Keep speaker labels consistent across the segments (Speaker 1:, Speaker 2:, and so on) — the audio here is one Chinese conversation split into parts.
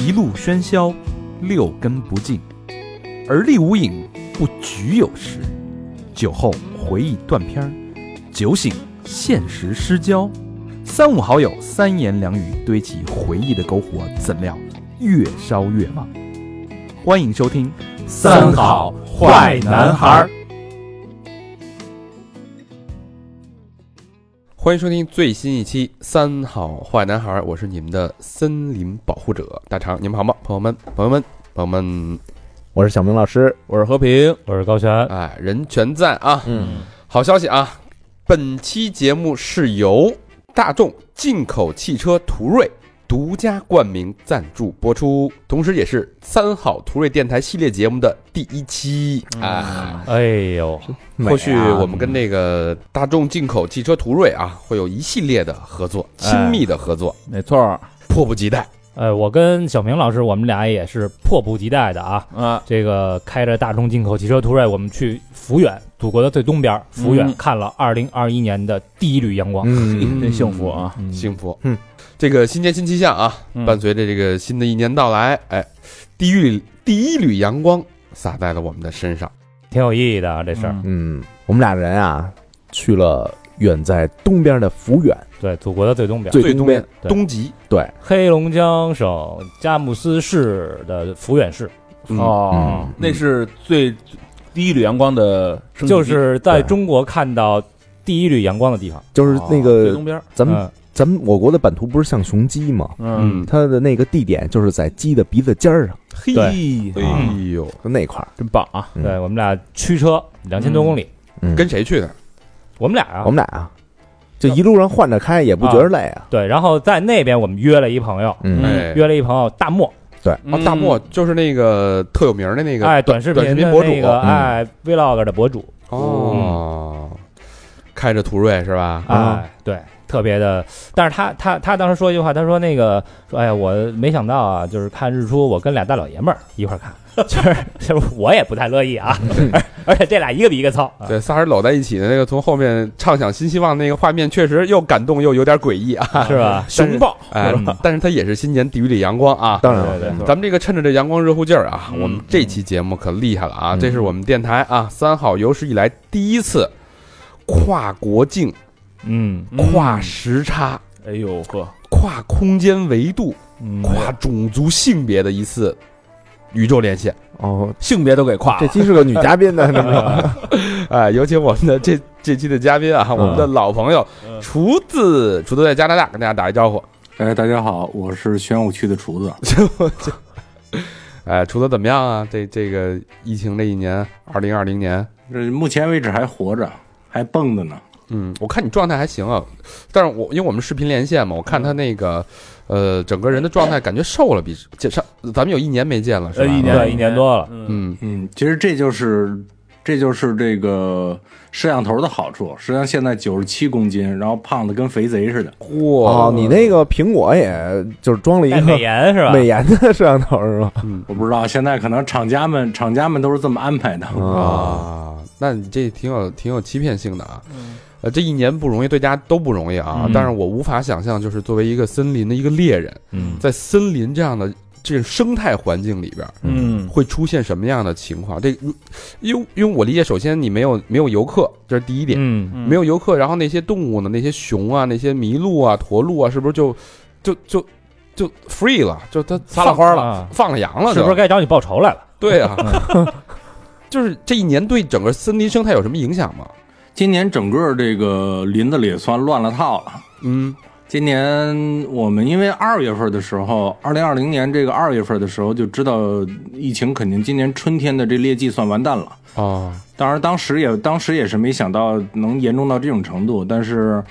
Speaker 1: 一路喧嚣，六根不净，而立无影，不局有时。酒后回忆断片儿，酒醒现实失焦。三五好友三言两语堆起回忆的篝火，怎料越烧越旺。欢迎收听《
Speaker 2: 三好坏男孩儿》。
Speaker 3: 欢迎收听最新一期《三好坏男孩》，我是你们的森林保护者大肠，你们好吗？朋友们，朋友们，朋友们，
Speaker 4: 我是小明老师。
Speaker 3: 我是和平，
Speaker 2: 我是高
Speaker 4: 啊
Speaker 2: 璇，
Speaker 3: 哎，人全在啊！
Speaker 4: 嗯，
Speaker 3: 好消息啊，本期节目是由大众进口汽车途锐独家冠名赞助播出，同时也是三好途锐电台系列节目的第一期啊。
Speaker 2: 哎呦，
Speaker 3: 或许我们跟那个大众进口汽车途锐啊，会有一系列的合作，亲密的合作，
Speaker 4: 没错儿
Speaker 3: 迫不及待。
Speaker 2: 哎，我跟小明老师，我们俩也是迫不及待的啊！
Speaker 4: 啊，
Speaker 2: 这个开着大众进口汽车途锐，我们去抚远，祖国的最东边，抚远、
Speaker 4: 嗯
Speaker 2: 看了二零二一年的第一缕阳光。
Speaker 4: 嗯，真幸福啊！
Speaker 3: 幸福。
Speaker 4: 嗯，
Speaker 3: 这个新年新气象啊，
Speaker 4: 嗯
Speaker 3: 伴随着这个新的一年到来，哎，第一缕第一缕阳光洒在了我们的身上。
Speaker 2: 挺有意义的啊，这事儿。
Speaker 4: 嗯，我们俩人啊，去了远在东边的抚远，
Speaker 2: 对，祖国的最东边，
Speaker 4: 最
Speaker 3: 最
Speaker 4: 东
Speaker 3: 边
Speaker 4: 边
Speaker 2: 对
Speaker 3: 东极
Speaker 4: 对
Speaker 2: 黑龙江省佳木斯市的抚远市，
Speaker 3: 嗯
Speaker 5: 哦，
Speaker 4: 嗯
Speaker 5: 那是最第一缕阳光的升级，
Speaker 2: 就是在
Speaker 4: 对
Speaker 2: 中国看到第一缕阳光的地方。
Speaker 4: 就是那
Speaker 5: 最
Speaker 4: 个
Speaker 5: 哦东边儿。
Speaker 4: 咱们
Speaker 2: 嗯，
Speaker 4: 咱们我国的版图不是像雄鸡吗？
Speaker 5: 嗯，
Speaker 4: 它的那个地点就是在鸡的鼻子尖儿上，
Speaker 5: 嘿，
Speaker 3: 哎呦，
Speaker 4: 就那块儿。
Speaker 5: 真棒啊！
Speaker 4: 嗯
Speaker 2: 对我们俩驱车两千多公里，
Speaker 4: 嗯，
Speaker 3: 跟谁去的？
Speaker 2: 我们俩啊
Speaker 4: 我，们俩啊，就一路上换着开，也不觉得累啊。
Speaker 2: 对，然后在那边我们约了一朋友，
Speaker 4: 嗯，
Speaker 3: 哎，
Speaker 2: 约了一朋友大漠，
Speaker 3: 哦，大漠就是那个特有名的那个
Speaker 2: 哎，短视
Speaker 3: 短视
Speaker 2: 频
Speaker 3: 频
Speaker 2: 的
Speaker 3: 博主
Speaker 2: 那个
Speaker 3: 嗯
Speaker 2: 哎 vlog 的博主，
Speaker 3: 哦，开着途锐是吧？
Speaker 4: 啊
Speaker 2: 哎，对，特别的。但是他他他当时说一句话，他说那个说，哎呀，我没想到啊，就是看日出，我跟俩大老爷们儿一块儿看， 就是就是 我也不太乐意啊，
Speaker 3: 嗯
Speaker 2: 而而且这俩一个比一个糙，啊
Speaker 3: 对，仨人搂在一起的那个，从后面畅想新希望那个画面，确实又感动又有点诡异啊！
Speaker 2: 是吧？
Speaker 3: 但是
Speaker 5: 熊抱，
Speaker 3: 哎
Speaker 2: 嗯，
Speaker 3: 但是它也是新年第一缕阳光啊，
Speaker 4: 当然
Speaker 2: 对
Speaker 4: 了，
Speaker 2: 对，
Speaker 3: 咱们这个趁着这阳光热乎劲儿啊，
Speaker 5: 嗯
Speaker 3: 我们这期节目可厉害了啊！
Speaker 4: 嗯
Speaker 3: 这是我们电台啊三好有史以来第一次跨国境、
Speaker 2: 嗯，
Speaker 3: 跨时差、
Speaker 5: 哎呦呵，
Speaker 3: 跨空间维度、
Speaker 5: 嗯
Speaker 3: 跨种族性别的一次宇宙连线。
Speaker 4: 哦，
Speaker 5: 性别都给跨
Speaker 2: 啊
Speaker 4: 这
Speaker 5: 了，
Speaker 4: 鸡是个女嘉宾呢，这不 是？
Speaker 3: 哎，有请我们的这这期的嘉宾啊，我们的老朋友
Speaker 5: 嗯
Speaker 3: 厨子，厨子在加拿大，跟大家打一招呼。
Speaker 6: 哎，大家好，我是玄武区的厨 子。
Speaker 3: 哎，厨子怎么样啊？这这个疫情这一年，二零二零年，
Speaker 6: 这目前为止还活着，还蹦着呢。
Speaker 3: 嗯，我看你状态还行啊，但是我因为我们视频连线嘛，我看他那个，呃，整个人的状态感觉瘦了，比见上咱们有一年没见了，是吧？
Speaker 5: 呃，一
Speaker 2: 对
Speaker 5: 年
Speaker 2: 一年多了
Speaker 5: 嗯，
Speaker 3: 嗯，
Speaker 6: 嗯，其实这就是这就是这个摄像头的好处。实际上现在九十七公斤，然后胖的跟肥贼似的。
Speaker 3: 哇
Speaker 4: 哦，你那个苹果也就是装了一
Speaker 2: 戴美
Speaker 4: 个
Speaker 2: 颜是吧？
Speaker 4: 美颜的摄像头是吧？
Speaker 6: 我不知道现在可能厂家们厂家们都是这么安排的。
Speaker 4: 哦
Speaker 3: 啊，那你这挺有挺有欺骗性的啊。呃，这一年不容易，对大家都不容易啊。
Speaker 2: 嗯
Speaker 3: 但是我无法想象，就是作为一个森林的一个猎人，
Speaker 2: 嗯，
Speaker 3: 在森林这样的这种生态环境里边，
Speaker 5: 嗯，
Speaker 3: 会出现什么样的情况？这，因为因为我理解，首先你没有没有游客，这是第一点。
Speaker 2: 嗯，
Speaker 5: 嗯
Speaker 3: 没有游客，然后那些动物呢，那些熊啊，那些麋鹿啊、驼鹿啊，是不是就就就就 free 了？就它
Speaker 2: 撒了欢儿了
Speaker 3: 放放了羊了，
Speaker 2: 是不是嗯
Speaker 3: 就
Speaker 2: 该找你报仇来了？
Speaker 3: 对啊， 就是这一年对整个森林生态有什么影响吗？
Speaker 6: 今年整个这个林子里也算乱了套了。
Speaker 3: 嗯
Speaker 6: 今年我们因为二月份的时候，二零二零年这个二月份的时候就知道疫情肯定今年春天的这劣迹算完蛋了。
Speaker 3: 啊，
Speaker 6: 当然，当时也当时也是没想到能严重到这种程度，但是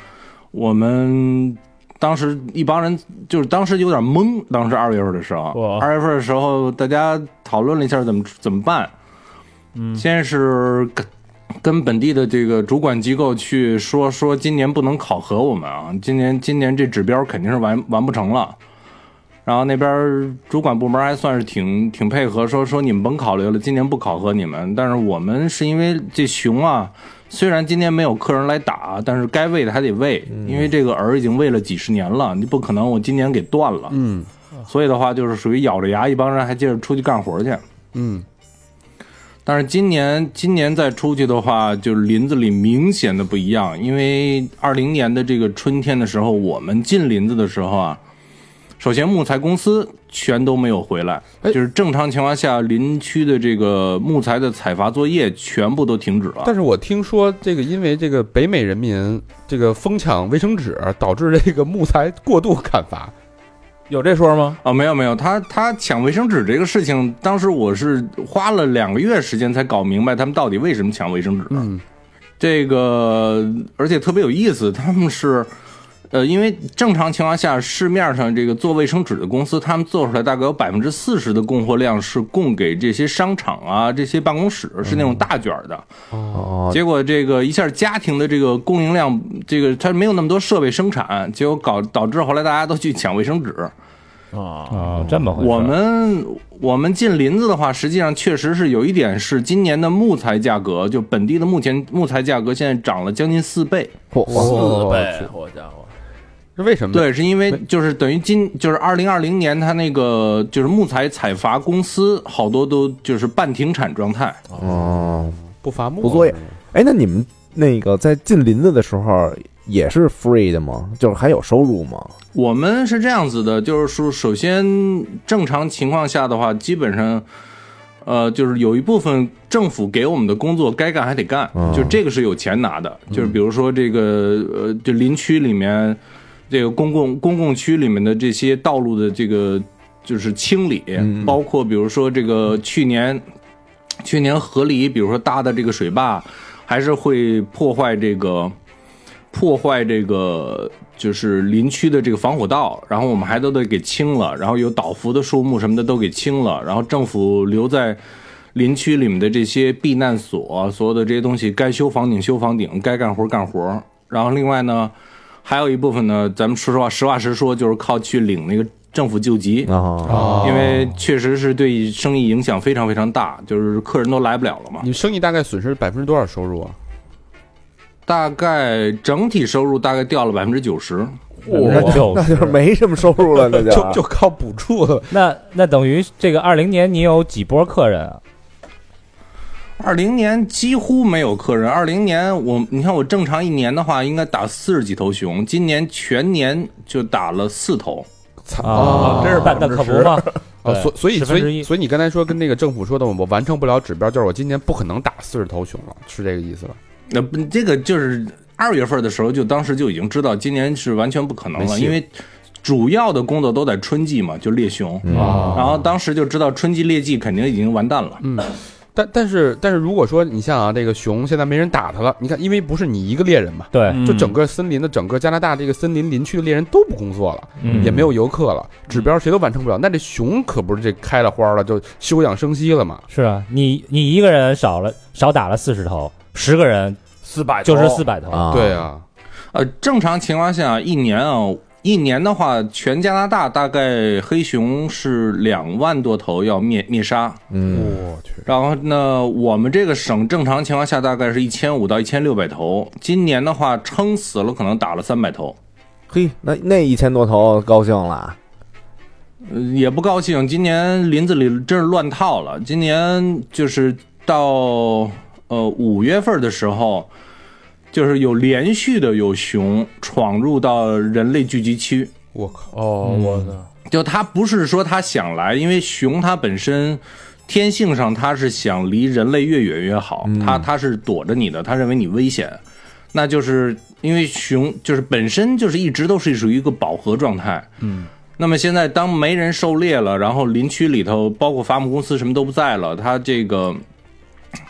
Speaker 6: 我们当时一帮人就是当时有点懵，当时二月份的时候，
Speaker 2: 哇
Speaker 6: 二月份的时候大家讨论了一下怎么怎么办，嗯，先是跟跟本地的这个主管机构去说说今年不能考核我们啊，今年今年这指标肯定是完完不成了。然后那边主管部门还算是挺挺配合，说说你们甭考虑了，今年不考核你们。但是我们是因为这熊啊，虽然今年没有客人来打，但是该喂的还得喂，因为这个饵已经喂了几十年了，你不可能我今年给断了。
Speaker 3: 嗯，
Speaker 6: 所以的话就是属于咬着牙，一帮人还接着出去干活去。
Speaker 3: 嗯，
Speaker 6: 但是今年今年再出去的话，就是林子里明显的不一样，因为二零年的这个春天的时候，我们进林子的时候啊，首先木材公司全都没有回来，
Speaker 3: 哎
Speaker 6: 就是正常情况下，林区的这个木材的采伐作业全部都停止了。
Speaker 3: 但是我听说这个，因为这个北美人民这个疯抢卫生纸，导致这个木材过度砍 伐。
Speaker 5: 有这说吗？
Speaker 6: 啊、没有没有，他他抢卫生纸这个事情，当时我是花了两个月时间才搞明白他们到底为什么抢卫生纸。
Speaker 3: 嗯，
Speaker 6: 这个而且特别有意思，他们是，呃，因为正常情况下，市面上这个做卫生纸的公司，他们做出来大概有百分之四十的供货量是供给这些商场啊、这些办公室，是那种大卷儿的。
Speaker 4: 哦，
Speaker 6: 结果这个一下家庭的这个供应量，这个它没有那么多设备生产，结果搞导致后来大家都去抢卫生纸。
Speaker 5: 啊，
Speaker 2: 哦，这么回事。
Speaker 6: 我们我们进林子的话，实际上确实是有一点是今年的木材价格，就本地的目前木材价格现在涨了将近四倍。
Speaker 5: 四
Speaker 3: 哦
Speaker 5: 倍，好家伙！
Speaker 3: 是为什么呢？
Speaker 6: 对，是因为就是等于今就是二零二零年，它那个就是木材采伐公司好多都就是半停产状态。
Speaker 4: 哦，
Speaker 3: 不伐木，啊
Speaker 4: 不作业。哎，那你们那个在进林子的时候也是 free 的吗？就是还有收入吗？
Speaker 6: 我们是这样子的，就是说，首先正常情况下的话，基本上，呃，就是有一部分政府给我们的工作该干还得干，
Speaker 4: 嗯
Speaker 6: 就这个是有钱拿的。就是比如说这个呃，就林区里面这个公共公共区里面的这些道路的这个就是清理，包括比如说这个去年去年河里，比如说搭的这个水坝，还是会破坏这个。破坏这个就是林区的这个防火道，然后我们还都得给清了，然后有倒伏的树木什么的都给清了，然后政府留在林区里面的这些避难所，所有的这些东西该修房顶修房顶，该干活干活。然后另外呢，还有一部分呢，咱们说实话实话实说，就是靠去领那个政府救济。
Speaker 4: 啊，
Speaker 3: 哦
Speaker 6: 因为确实是对生意影响非常非常大，就是客人都来不了了嘛。
Speaker 3: 你生意大概损失百分之多少收入啊？
Speaker 6: 大概整体收入大概掉了百分之九十，
Speaker 4: 那就那就是没什么收入了，那
Speaker 3: 就就靠补助 了。
Speaker 2: 那那等于这个二零年你有几波客人啊？
Speaker 6: 二零年几乎没有客人。二零年我，你看我正常一年的话，应该打四十几头熊，今年全年就打了四头。
Speaker 2: 啊，
Speaker 3: 真是
Speaker 2: 那那可不 吗？
Speaker 3: 啊，
Speaker 2: 对
Speaker 3: 所所以
Speaker 2: 10
Speaker 3: 所
Speaker 2: 分之一
Speaker 3: 以所以你刚才说跟那个政府说的，我完成不了指标，就是我今年不可能打四十头熊了，是这个意思吧？
Speaker 6: 那、不这个就是二月份的时候，就当时就已经知道今年是完全不可能
Speaker 3: 没
Speaker 6: 了，
Speaker 3: 戏
Speaker 6: 因为主要的工作都在春季嘛，就猎熊。
Speaker 3: 嗯
Speaker 4: 啊，
Speaker 6: 然后当时就知道春季猎季肯定已经完蛋了。
Speaker 3: 但但是但是如果说你像啊，这个熊现在没人打它了，你看，因为不是你一个猎人嘛，
Speaker 2: 对，
Speaker 5: 嗯
Speaker 3: 就整个森林的整个加拿大这个森林林区的猎人都不工作了，
Speaker 2: 嗯
Speaker 3: 也没有游客了，指标谁都完成不了。那这熊可不是这开了花了，就休养生息了嘛？
Speaker 2: 是啊，你你一个人少了少打了四十头，十个人
Speaker 5: 四百
Speaker 2: 就是四百头。
Speaker 4: 啊
Speaker 3: 对哦啊，
Speaker 6: 呃，正常情况下一年啊。一年的话，全加拿大大概黑熊是两万多头要灭灭杀，
Speaker 4: 嗯，
Speaker 5: 哦
Speaker 3: 我去，
Speaker 6: 然后呢，我们这个省正常情况下大概是一千五到一千六百头，今年的话撑死了可能打了三百头，
Speaker 4: 嘿，那那一千多头高兴了，
Speaker 6: 呃也不高兴。今年林子里真是乱套了，今年就是到呃五月份的时候，就是有连续的有熊闯入到人类聚集区，
Speaker 3: 我靠，
Speaker 5: 哦，我的
Speaker 6: 就它不是说它想来，因为熊它本身天性上它是想离人类越远越好，它它是躲着你的，它认为你危险，那就是因为熊就是本身就是一直都是属于一个饱和状态，嗯。那么现在，当没人狩猎了，然后林区里头包括伐木公司什么都不在了，它这个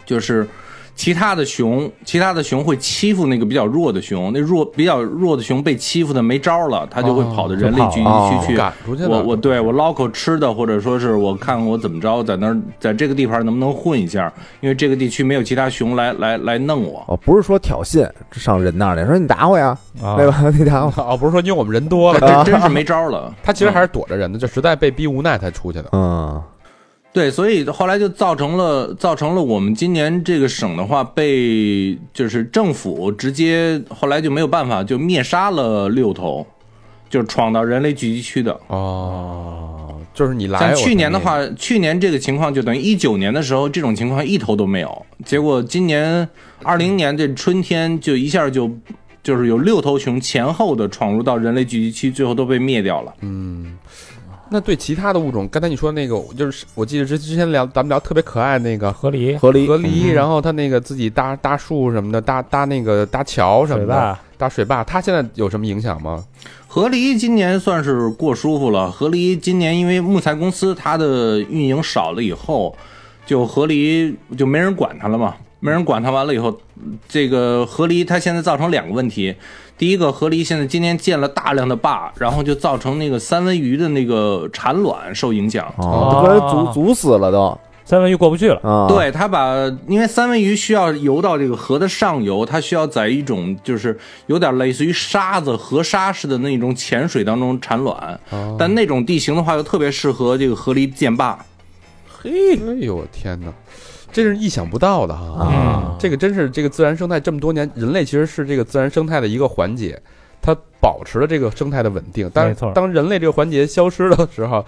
Speaker 6: 就是其他的熊，其他的熊会欺负那个比较弱的熊，那弱比较弱的熊被欺负的没招了，它就会跑到人类聚集
Speaker 4: 哦
Speaker 6: 区去
Speaker 3: 赶出去了
Speaker 6: 我我对我捞口吃的，或者说是我看我怎么着，在那儿在这个地方能不能混一下，因为这个地区没有其他熊来来来弄我。
Speaker 3: 啊
Speaker 4: 哦，不是说挑衅上人那儿来，说你打我呀，
Speaker 2: 啊
Speaker 4: 对吧？ 你打我，
Speaker 3: 哦，不是说因为我们人多 了，
Speaker 6: 这真是没招了。 嗯
Speaker 3: 他其实还是躲着人的，就实在被逼无奈才出去的。
Speaker 4: 嗯，
Speaker 6: 对，所以后来就造成了造成了我们今年这个省的话，被就是政府直接后来就没有办法，就灭杀了六头，就是闯到人类聚集区的。
Speaker 3: 哦，就是你来。
Speaker 6: 像
Speaker 3: 我
Speaker 6: 去年的
Speaker 3: 同意
Speaker 6: 话，去年这个情况就等于一九年的时候，这种情况一头都没有。结果今年二零年这春天就一下就就是有六头熊前后的闯入到人类聚集区，最后都被灭掉了。
Speaker 3: 那对其他的物种，刚才你说那个，就是我记得之之前聊，咱们聊特别可爱那个
Speaker 2: 河狸、嗯
Speaker 4: 河狸
Speaker 3: 河狸，然后它那个自己搭搭树什么的，搭搭那个搭桥什
Speaker 2: 水
Speaker 3: 么的，
Speaker 2: 坝，
Speaker 3: 搭水坝，它现在有什么影响吗？
Speaker 6: 河狸今年算是过舒服了。河狸今年因为木材公司它的运营少了以后，就河狸就没人管它了嘛，没人管它。完了以后，这个河狸它现在造成两个问题。第一个，河狸现在今年建了大量的坝，然后就造成那个三文鱼的那个产卵受影响。
Speaker 4: 哦，不然阻阻死了都
Speaker 2: 三文鱼过不去了，
Speaker 4: 啊。，
Speaker 6: 对它把，因为三文鱼需要游到这个河的上游，它需要在一种就是有点类似于沙子、河沙似的那种浅水当中产卵，
Speaker 2: 哦
Speaker 6: 但那种地形的话又特别适合这个河狸建坝。
Speaker 3: 嘿，哎呦我天哪，真是意想不到的哈！
Speaker 2: 啊
Speaker 3: 这个真是这个自然生态这么多年，人类其实是这个自然生态的一个环节，它保持了这个生态的稳定。但
Speaker 2: 没错
Speaker 3: 当人类这个环节消失的时候，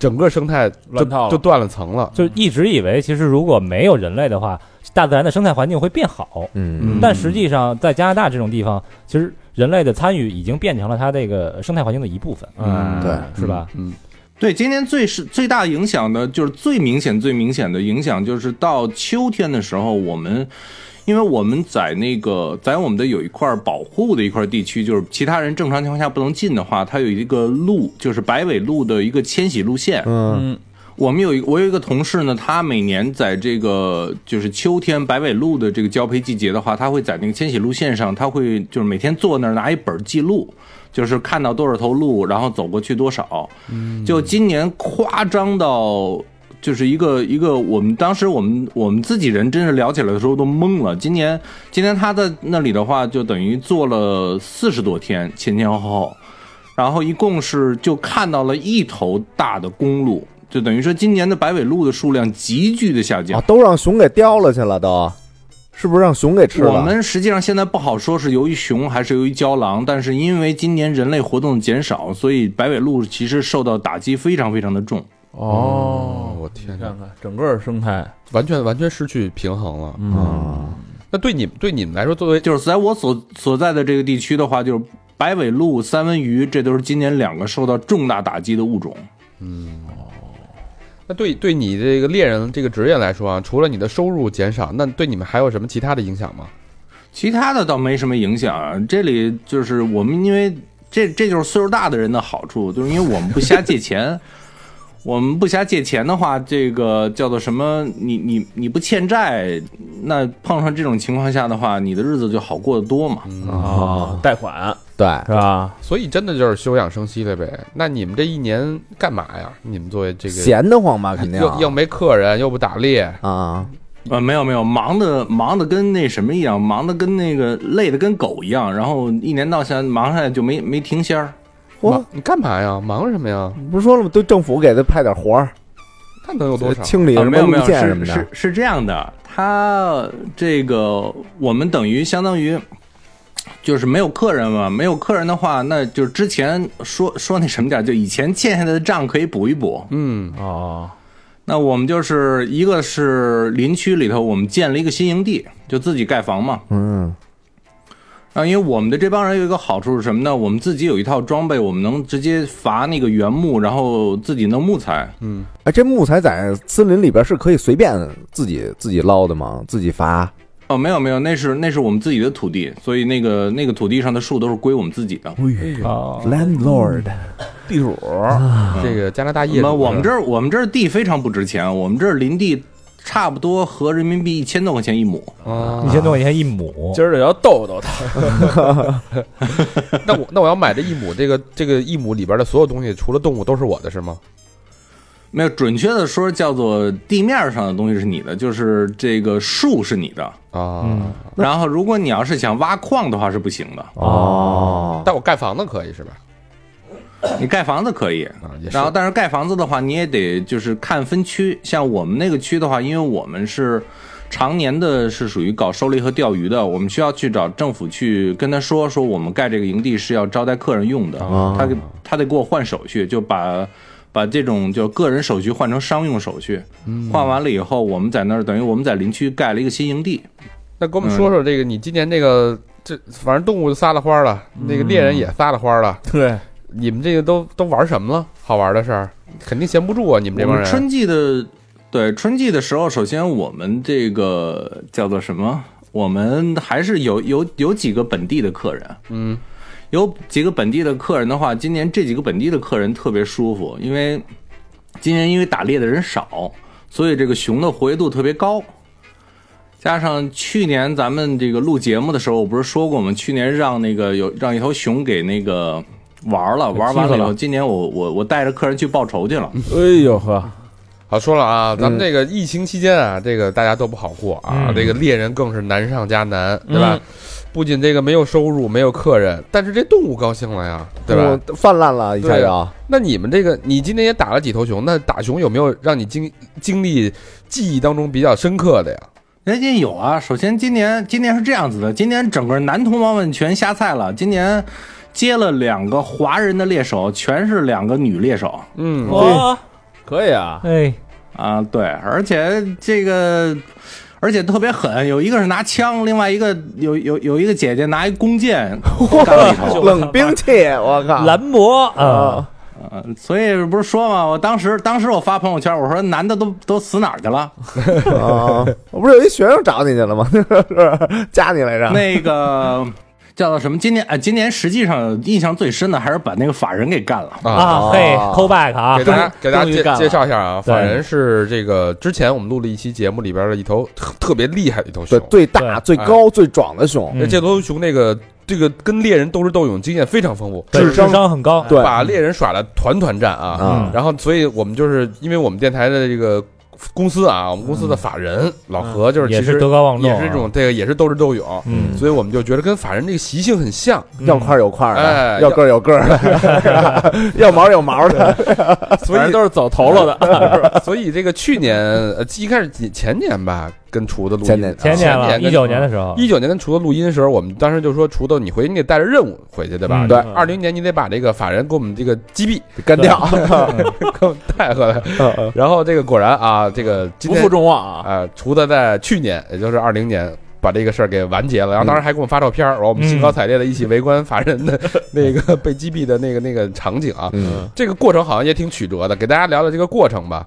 Speaker 3: 整个生态就
Speaker 5: 乱套了
Speaker 3: 就断了层了。
Speaker 2: 就一直以为其实如果没有人类的话，大自然的生态环境会变好，
Speaker 4: 嗯，
Speaker 2: 但实际上在加拿大这种地方，其实人类的参与已经变成了它这个生态环境的一部分，
Speaker 3: 嗯
Speaker 4: 对
Speaker 2: 是吧？
Speaker 3: 嗯，
Speaker 6: 对，今年最是最大影响的，就是最明显、最明显的影响，就是到秋天的时候，我们，因为我们在那个在我们的有一块保护的一块地区，就是其他人正常情况下不能进的话，它有一个路，就是白尾鹿的一个迁徙路线。
Speaker 4: 嗯，
Speaker 6: 我们有一我有一个同事呢，他每年在这个就是秋天白尾鹿的这个交配季节的话，他会在那个迁徙路线上，他会就是每天坐那儿拿一本记录，就是看到多少头鹿，然后走过去多少。就今年夸张到就是一个一个，我们当时我们我们自己人真是聊起来的时候都懵了。今年今年他在那里的话，就等于做了四十多天，前前后后，然后一共是就看到了一头大的公鹿，就等于说今年的白尾鹿的数量急剧的下降
Speaker 4: 啊，。都让熊给叼了去了，都是不是让熊给吃了？
Speaker 6: 我们实际上现在不好说是由于熊还是由于郊狼，但是因为今年人类活动的减少，所以白尾鹿其实受到打击非常非常的重。
Speaker 3: 哦，我天
Speaker 5: 你
Speaker 3: 哪
Speaker 5: 看，看整个生态，
Speaker 3: 完全完全失去平衡了。
Speaker 6: 嗯
Speaker 3: 嗯
Speaker 4: 啊，
Speaker 3: 那对你们对你们来说，作为
Speaker 6: 就是在我所所在的这个地区的话，就是白尾鹿、三文鱼，这都是今年两个受到重大打击的物种。
Speaker 3: 那对对你这个猎人这个职业来说啊，除了你的收入减少，那对你们还有什么其他的影响吗？
Speaker 6: 其他的倒没什么影响啊。这里就是我们，因为这这就是岁数大的人的好处，就是因为我们不瞎借钱。 我们不瞎借钱的话，这个叫做什么？你你你不欠债，那碰上这种情况下的话，你的日子就好过得多嘛。
Speaker 3: 哦
Speaker 5: 啊，贷款
Speaker 4: 对，
Speaker 5: 是
Speaker 3: 嗯
Speaker 5: 吧？
Speaker 3: 所以真的就是休养生息了呗。那你们这一年干嘛呀？你们作为这个
Speaker 4: 闲得慌吧，肯定
Speaker 3: 又又没客人，又不打猎，
Speaker 4: 啊，
Speaker 6: 呃，没有没有，忙的忙的跟那什么一样，忙的跟那个累的跟狗一样，然后一年到下忙下来就没没停歇儿。
Speaker 4: 我
Speaker 3: 忙你干嘛呀？忙什么呀？
Speaker 4: 不是说了吗？对政府给他派点活儿，
Speaker 3: 那能有多少？
Speaker 4: 清理
Speaker 6: 啊
Speaker 4: 什
Speaker 6: 没
Speaker 4: 么
Speaker 6: 有没
Speaker 4: 路
Speaker 6: 有，
Speaker 4: 线什么
Speaker 6: 是
Speaker 4: 的
Speaker 6: 是，是这样的，他这个我们等于相当于就是没有客人嘛，没有客人的话，那就是之前说说那什么点儿，就以前欠下来的账可以补一补。
Speaker 3: 嗯，
Speaker 5: 哦，
Speaker 6: 那我们就是一个是林区里头，我们建了一个新营地，就自己盖房嘛。
Speaker 4: 嗯，
Speaker 6: 啊，因为我们的这帮人有一个好处是什么呢？我们自己有一套装备，我们能直接伐那个原木，然后自己弄木材。
Speaker 4: 哎，这木材在森林里边是可以随便自己自己捞的吗？自己伐？
Speaker 6: 哦，没有没有，那是那是我们自己的土地，所以那个那个土地上的树都是归我们自己的。
Speaker 2: 啊，
Speaker 4: landlord
Speaker 5: 地主
Speaker 3: 这个加拿大业
Speaker 6: 那么
Speaker 3: 主
Speaker 6: 啊我们这
Speaker 3: 是
Speaker 6: 儿我们这儿地非常不值钱，我们这儿林地差不多合人民币一千多块钱一亩。
Speaker 3: 啊
Speaker 2: 一，千多块钱一亩，
Speaker 5: 今儿就要逗逗他，
Speaker 3: 那我那我要买这一亩，这个这个一亩里边的所有东西，除了动物都是我的，是吗？
Speaker 6: 没有，准确的说叫做地面上的东西是你的，就是这个树是你的。
Speaker 3: 啊，
Speaker 6: 然后，如果你要是想挖矿的话是不行的，
Speaker 4: 哦，
Speaker 3: 但我盖房子可以是吧？
Speaker 6: 你盖房子可以，
Speaker 3: 啊，也是
Speaker 6: 然。后，但是盖房子的话，你也得就是看分区。像我们那个区的话，因为我们是常年的是属于搞狩猎和钓鱼的，我们需要去找政府去跟他说，说我们盖这个营地是要招待客人用的，他给他得给我换手续，就把把这种就个人手续换成商用手续，换完了以后，我们在那儿等于我们在林区盖了一个新营地。
Speaker 3: 那给我们说说这个，你今年这个这反正动物就撒了花了，那个猎人也撒了花了，
Speaker 5: 对，
Speaker 3: 你们这个都都玩什么了？好玩的事儿肯定闲不住啊！你们这
Speaker 6: 我
Speaker 3: 帮
Speaker 6: 们
Speaker 3: 人
Speaker 6: 春季的，对春季的时候，首先我们这个叫做什么？我们还是有有有几个本地的客人，
Speaker 3: 嗯，
Speaker 6: 有几个本地的客人的话，今年这几个本地的客人特别舒服，因为今年因为打猎的人少，所以这个熊的活跃度特别高。加上去年咱们这个录节目的时候，我不是说过我们去年让那个有让一头熊给那个玩了，玩完了以后，今年我我我带着客人去报仇去了。
Speaker 5: 哎呦呵，
Speaker 3: 好说了啊，咱们这个疫情期间啊，这个大家都不好过啊，
Speaker 2: 嗯
Speaker 3: 这个猎人更是难上加难，对吧？不仅这个没有收入，没有客人，但是这动物高兴了呀，对吧？
Speaker 4: 嗯？泛滥了一下
Speaker 3: 对
Speaker 4: 就，
Speaker 3: 那你们这个，你今天也打了几头熊？那打熊有没有让你经经历记忆当中比较深刻的呀？
Speaker 6: 人家有啊，首先今年今年是这样子的，今年整个男同胞们全下菜了，今年接了两个华人的猎手，全是两个女猎手
Speaker 3: 嗯，
Speaker 2: 哦
Speaker 5: 哇，可以啊，
Speaker 2: 哎，
Speaker 6: 啊，对，而且这个而且特别狠，有一个是拿枪，另外一个有有有一个姐姐拿一弓箭干了里头。
Speaker 4: 冷兵器，我靠！
Speaker 2: 哎蓝魔啊，
Speaker 6: 呃所以不是说嘛，我当时当时我发朋友圈，我说男的都都死哪儿去了？
Speaker 4: 啊，我不是有一学生找你去了吗？是 不是加你来着？
Speaker 6: 那个叫做什么？今年啊、今年实际上印象最深的还是把那个法人给干了。
Speaker 2: 啊，嘿
Speaker 4: 啊
Speaker 2: ，call back 啊
Speaker 3: 给，大家给大家
Speaker 5: 终于干
Speaker 3: 介介
Speaker 5: 了
Speaker 3: 绍一下啊，
Speaker 2: 对
Speaker 3: 法人是这个之前我们录了一期节目里边的一头特特别厉害的一头
Speaker 4: 对
Speaker 3: 熊，，
Speaker 4: 最大、
Speaker 2: 对
Speaker 4: 最高、最壮的熊，
Speaker 2: 嗯
Speaker 3: 那这头熊那个这个跟猎人斗智斗勇经验非常丰富，
Speaker 2: 对
Speaker 4: 智商
Speaker 2: 商很高，
Speaker 4: 对
Speaker 3: 把猎人耍的团团战啊。
Speaker 4: 啊
Speaker 2: 嗯，
Speaker 3: 然后，所以我们就是因为我们电台的这个公司啊，我们公司的法人老何就是
Speaker 2: 嗯也
Speaker 3: 其实
Speaker 2: 是德高望重啊，
Speaker 3: 也是这种这个也是斗智斗勇，
Speaker 2: 嗯，
Speaker 3: 所以我们就觉得跟法人这个习性 很像。
Speaker 2: 嗯
Speaker 4: 要块有块
Speaker 3: 哎
Speaker 4: 的，要个儿有个儿的，要毛有毛的，
Speaker 3: 所
Speaker 5: 反正
Speaker 3: 以
Speaker 5: 都是走头了的，
Speaker 3: 所以这个去年呃，应该是几前年吧，跟厨子录音，啊
Speaker 4: 前年
Speaker 2: 嗯前年了，
Speaker 3: 前
Speaker 2: 一九年的时候，
Speaker 3: 一九年跟厨子录音的时候，我们当时就说厨子，你回去你得带着任务回去，对吧？
Speaker 2: 嗯
Speaker 4: 对
Speaker 3: 二零年你得把这个法人给我们这个击毙，
Speaker 4: 干掉。嗯
Speaker 3: 给我们带回来。然后这个果然啊，这个今
Speaker 5: 不
Speaker 3: 天
Speaker 5: 负众望啊，
Speaker 3: 啊，厨子在去年，也就是二零年。把这个事儿给完结了，然后当时还给我们发照片儿，然后我们兴高采烈的一起围观法人的 那个被击毙的那个那个场景啊，
Speaker 4: 嗯，
Speaker 3: 这个过程好像也挺曲折的，给大家聊聊这个过程吧。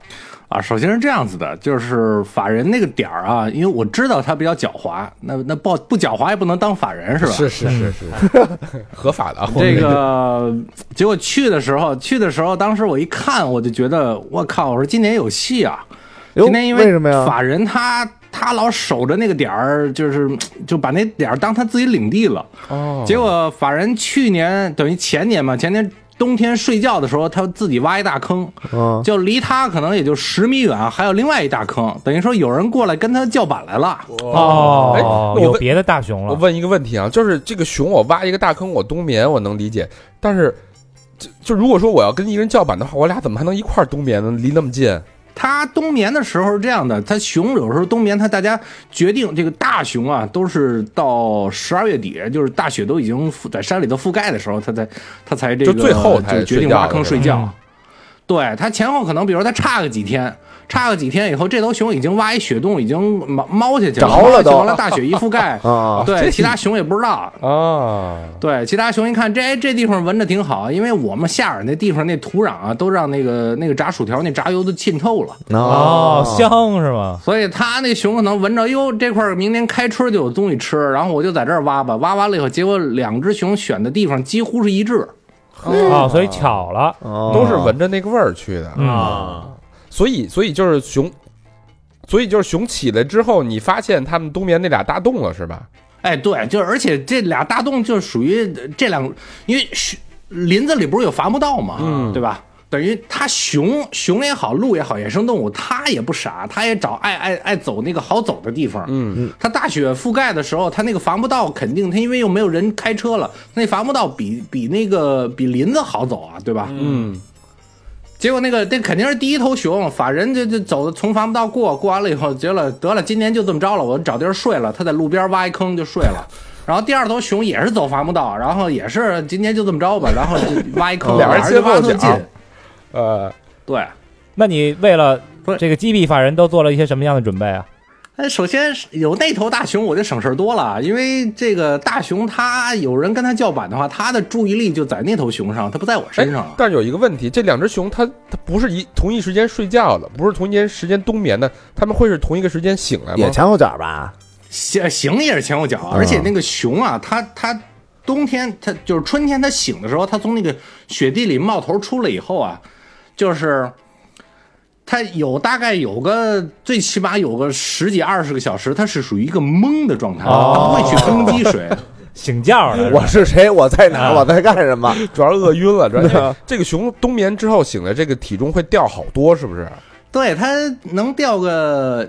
Speaker 6: 啊，首先是这样子的，就是法人那个点儿啊，因为我知道他比较狡猾，那那不不狡猾也不能当法人是吧？
Speaker 3: 是是是，合法的啊。我们
Speaker 6: 这个结果去的时候，去的时候，当时我一看，我就觉得我靠，我说今年有戏啊！
Speaker 4: 哟
Speaker 6: 今年因
Speaker 4: 什么呀？
Speaker 6: 法人他他老守着那个点儿，就是就把那点儿当他自己领地了。
Speaker 3: 哦，
Speaker 6: 结果法人去年等于前年嘛，前年冬天睡觉的时候，他自己挖一大坑，
Speaker 4: 嗯，
Speaker 6: 就离他可能也就十米远，还有另外一大坑，等于说有人过来跟他叫板来了。
Speaker 3: 哎
Speaker 2: 哦，
Speaker 3: 那我
Speaker 2: 有
Speaker 3: 问
Speaker 2: 别的大熊了，
Speaker 3: 我问一个问题啊，就是这个熊，我挖一个大坑，我冬眠，我能理解，但是。就就如果说我要跟一个人叫板的话，我俩怎么还能一块儿冬眠呢？离那么近，
Speaker 6: 它冬眠的时候是这样的，它熊有时候冬眠，它大家决定这个大熊啊，都是到十二月底，就是大雪都已经覆在山里头覆盖的时候，它才它才这个
Speaker 3: 就最后才
Speaker 6: 就决
Speaker 3: 睡
Speaker 6: 定
Speaker 3: 觉
Speaker 6: 挖坑睡
Speaker 2: 是
Speaker 6: 觉
Speaker 2: 吧。
Speaker 6: 对它前后可能，比如说它差个几天，差个几天以后，这头熊已经挖一雪洞，已经猫猫下去
Speaker 4: 着了
Speaker 6: 猫下去
Speaker 4: 都，
Speaker 6: 完了大雪一覆盖
Speaker 4: 啊，
Speaker 6: 对，其他熊也不知道，
Speaker 3: 啊，
Speaker 6: 对，其他熊一看，这哎这地方闻着挺好，因为我们下耳那地方那土壤啊，都让那个那个炸薯条那炸油都浸透了，
Speaker 2: 哦
Speaker 4: 哦，，
Speaker 2: 香是吗？
Speaker 6: 所以他那熊可能闻着，哟，这块儿明年开春就有东西吃，然后我就在这儿挖吧，挖完了以后，结果两只熊选的地方几乎是一致，
Speaker 2: 哦，所以巧了，
Speaker 4: 哦
Speaker 3: 都是闻着那个味儿去的，
Speaker 2: 嗯，
Speaker 3: 所以所以就是熊，所以就是熊起来之后，你发现他们冬眠那俩大洞了是吧？
Speaker 6: 哎，对，就而且这俩大洞就属于呃这两，因为熊林子里不是有伐木道嘛，
Speaker 3: 嗯
Speaker 6: 对吧？等于它熊熊也好，鹿也好，野生动物它也不傻，它也找爱爱爱走那个好走的地方。
Speaker 3: 嗯，
Speaker 6: 它大雪覆盖的时候，它那个伐木道肯定，它因为又没有人开车了，那伐木道比比那个比林子好走啊，对吧？
Speaker 3: 嗯，
Speaker 6: 结果那个这肯定是第一头熊，法人就就走从伐木道过，过完了以后，结了得了，今年就这么着了，我找地儿睡了，他在路边挖一坑就睡了。然后第二头熊也是走伐木道，然后也是今年就这么着吧，然后就挖一坑，
Speaker 3: 俩人
Speaker 6: 人就挖
Speaker 3: 先
Speaker 6: 特
Speaker 3: 落脚
Speaker 6: 近。
Speaker 3: 呃，
Speaker 6: 对，
Speaker 2: 那你为了
Speaker 6: 不是
Speaker 2: 这个击毙法人都做了一些什么样的准备啊？
Speaker 6: 哎，首先是有那头大熊，我就省事儿多了，因为这个大熊他有人跟他叫板的话，他的注意力就在那头熊上，他不在我身上
Speaker 3: 哎
Speaker 6: 了。
Speaker 3: 但是有一个问题，这两只熊它它不是一同一时间睡觉的，不是同一间时间冬眠的，它们会是同一个时间醒来吗
Speaker 4: 也？前后脚吧？
Speaker 6: 行行也是前后脚，而且那个熊啊，它它冬天它就是春天它醒的时候，它从那个雪地里冒头出来以后啊，就是它有大概有个最起码有个十几二十个小时，它是属于一个懵的状态，它不会去攻击谁。
Speaker 2: 醒觉了是吧，
Speaker 4: 我是谁？我在哪儿？我在干什么？
Speaker 3: 主要是饿晕 了，主要是、这个熊冬眠之后醒来，这个体重会掉好多，是不是？
Speaker 6: 对，它能掉个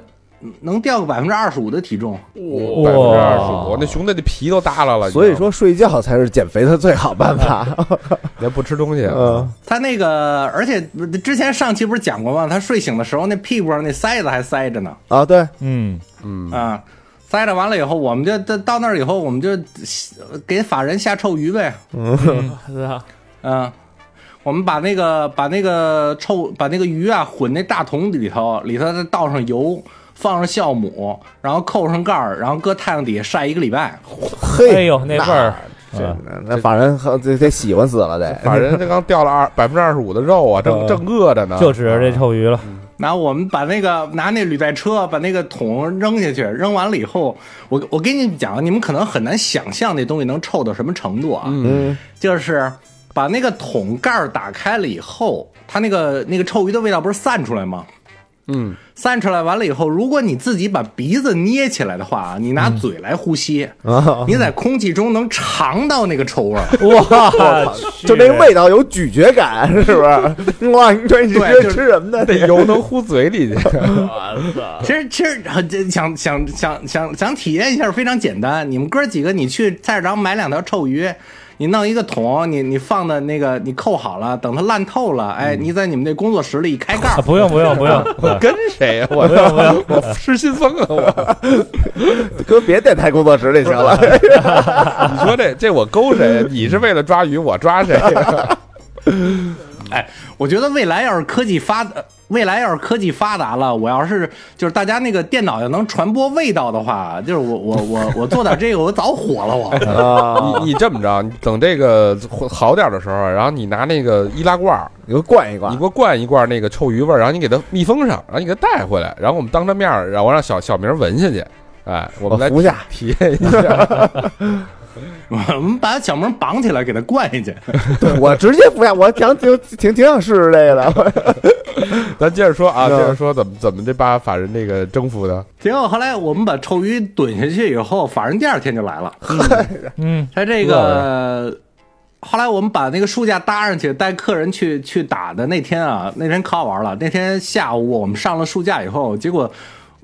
Speaker 6: 能掉个百分之二十五的体重。
Speaker 3: 百分之二十五，那熊的那皮都耷拉了。
Speaker 4: 所以说睡觉才是减肥的最好办法。
Speaker 3: 你还不吃东西， 啊
Speaker 4: 嗯，
Speaker 6: 它那个，而且之前上期不是讲过吗？它睡醒的时候，那屁股上那塞子还塞着呢。
Speaker 4: 啊，对，
Speaker 2: 嗯，
Speaker 3: 嗯，
Speaker 6: 啊，塞着完了以后，我们就到到那儿以后，我们就呃给法人下臭鱼呗。嗯，啊，我们把那个把那个臭把那个鱼啊混那大桶里头，里头再倒上油，放上酵母，然后扣上盖儿，然后搁太阳底下晒一个礼拜。
Speaker 4: 嘿，
Speaker 2: 哎呦那味儿，嗯
Speaker 4: 这那法人和得得喜欢死了得。
Speaker 3: 反正这刚掉了 二百分之二十五的肉啊，正
Speaker 4: 嗯
Speaker 2: 呃
Speaker 3: 正饿着呢。
Speaker 2: 就指着这臭鱼了。
Speaker 6: 然后我们把那个拿那履带车把那个桶扔下去，扔完了以后，我我跟你们讲，你们可能很难想象那东西能臭到什么程度啊。
Speaker 4: 嗯，
Speaker 6: 就是把那个桶盖儿打开了以后，它那个那个臭鱼的味道不是散出来吗？
Speaker 3: 嗯，
Speaker 6: 散出来完了以后，如果你自己把鼻子捏起来的话，你拿嘴来呼吸，
Speaker 4: 嗯
Speaker 6: 你在空气中能尝到那个臭味儿。
Speaker 3: 啊
Speaker 2: 哇，
Speaker 4: 啊就那个味道有咀嚼感，是 不是？哇，你说你
Speaker 6: 对就
Speaker 4: 这
Speaker 6: 是
Speaker 4: 吃什么呢？
Speaker 3: 那油能呼嘴里去。
Speaker 6: 其实其实呃很这想想想想想体验一下非常简单，你们哥几个你去菜市场买两条臭鱼。你弄一个桶，你你放的那个，你扣好了，等它烂透了，哎，你在你们那工作室里一开盖
Speaker 2: 啊
Speaker 6: 儿，
Speaker 2: 不用不用不用，啊
Speaker 3: 跟 谁 呀？我
Speaker 2: 不用不用
Speaker 3: 我失心疯 了！我
Speaker 4: 搁别电台工作室里行了。啊
Speaker 3: 你说这这我勾谁？你是为了抓鱼，我抓 谁？
Speaker 6: 我觉得未来要是科技发，呃未来要是科技发达了，我要是就是大家那个电脑要能传播味道的话，就是我我我我做点这个，我早火了我。
Speaker 4: 啊，
Speaker 3: 你你这么着，你等这个好点的时候，啊然后你拿那个易拉罐儿，
Speaker 4: 你给我灌一
Speaker 3: 你
Speaker 4: 灌
Speaker 3: 给。我灌一罐那个臭鱼味儿，然后你给它密封上，然后你给它带回来，然后我们当着面儿，然后让小小明闻下去。哎，我
Speaker 4: 我
Speaker 3: 们来
Speaker 4: 服下，
Speaker 3: 体验一 下。
Speaker 6: 我们把小明绑起来，给他灌下去。
Speaker 4: 我直接服下，我想挺挺挺想试试这个的。
Speaker 3: 咱接着说啊，
Speaker 4: 嗯
Speaker 3: 接着说怎么怎么这把法人这个征服的。
Speaker 6: 结果后来我们把臭鱼怼下去以后，法人第二天就来了。
Speaker 2: 嗯，
Speaker 6: 他这个后来我们把那个书架搭上去，带客人去去打的那天啊，那天可好玩了。那天下午我们上了书架以后，结果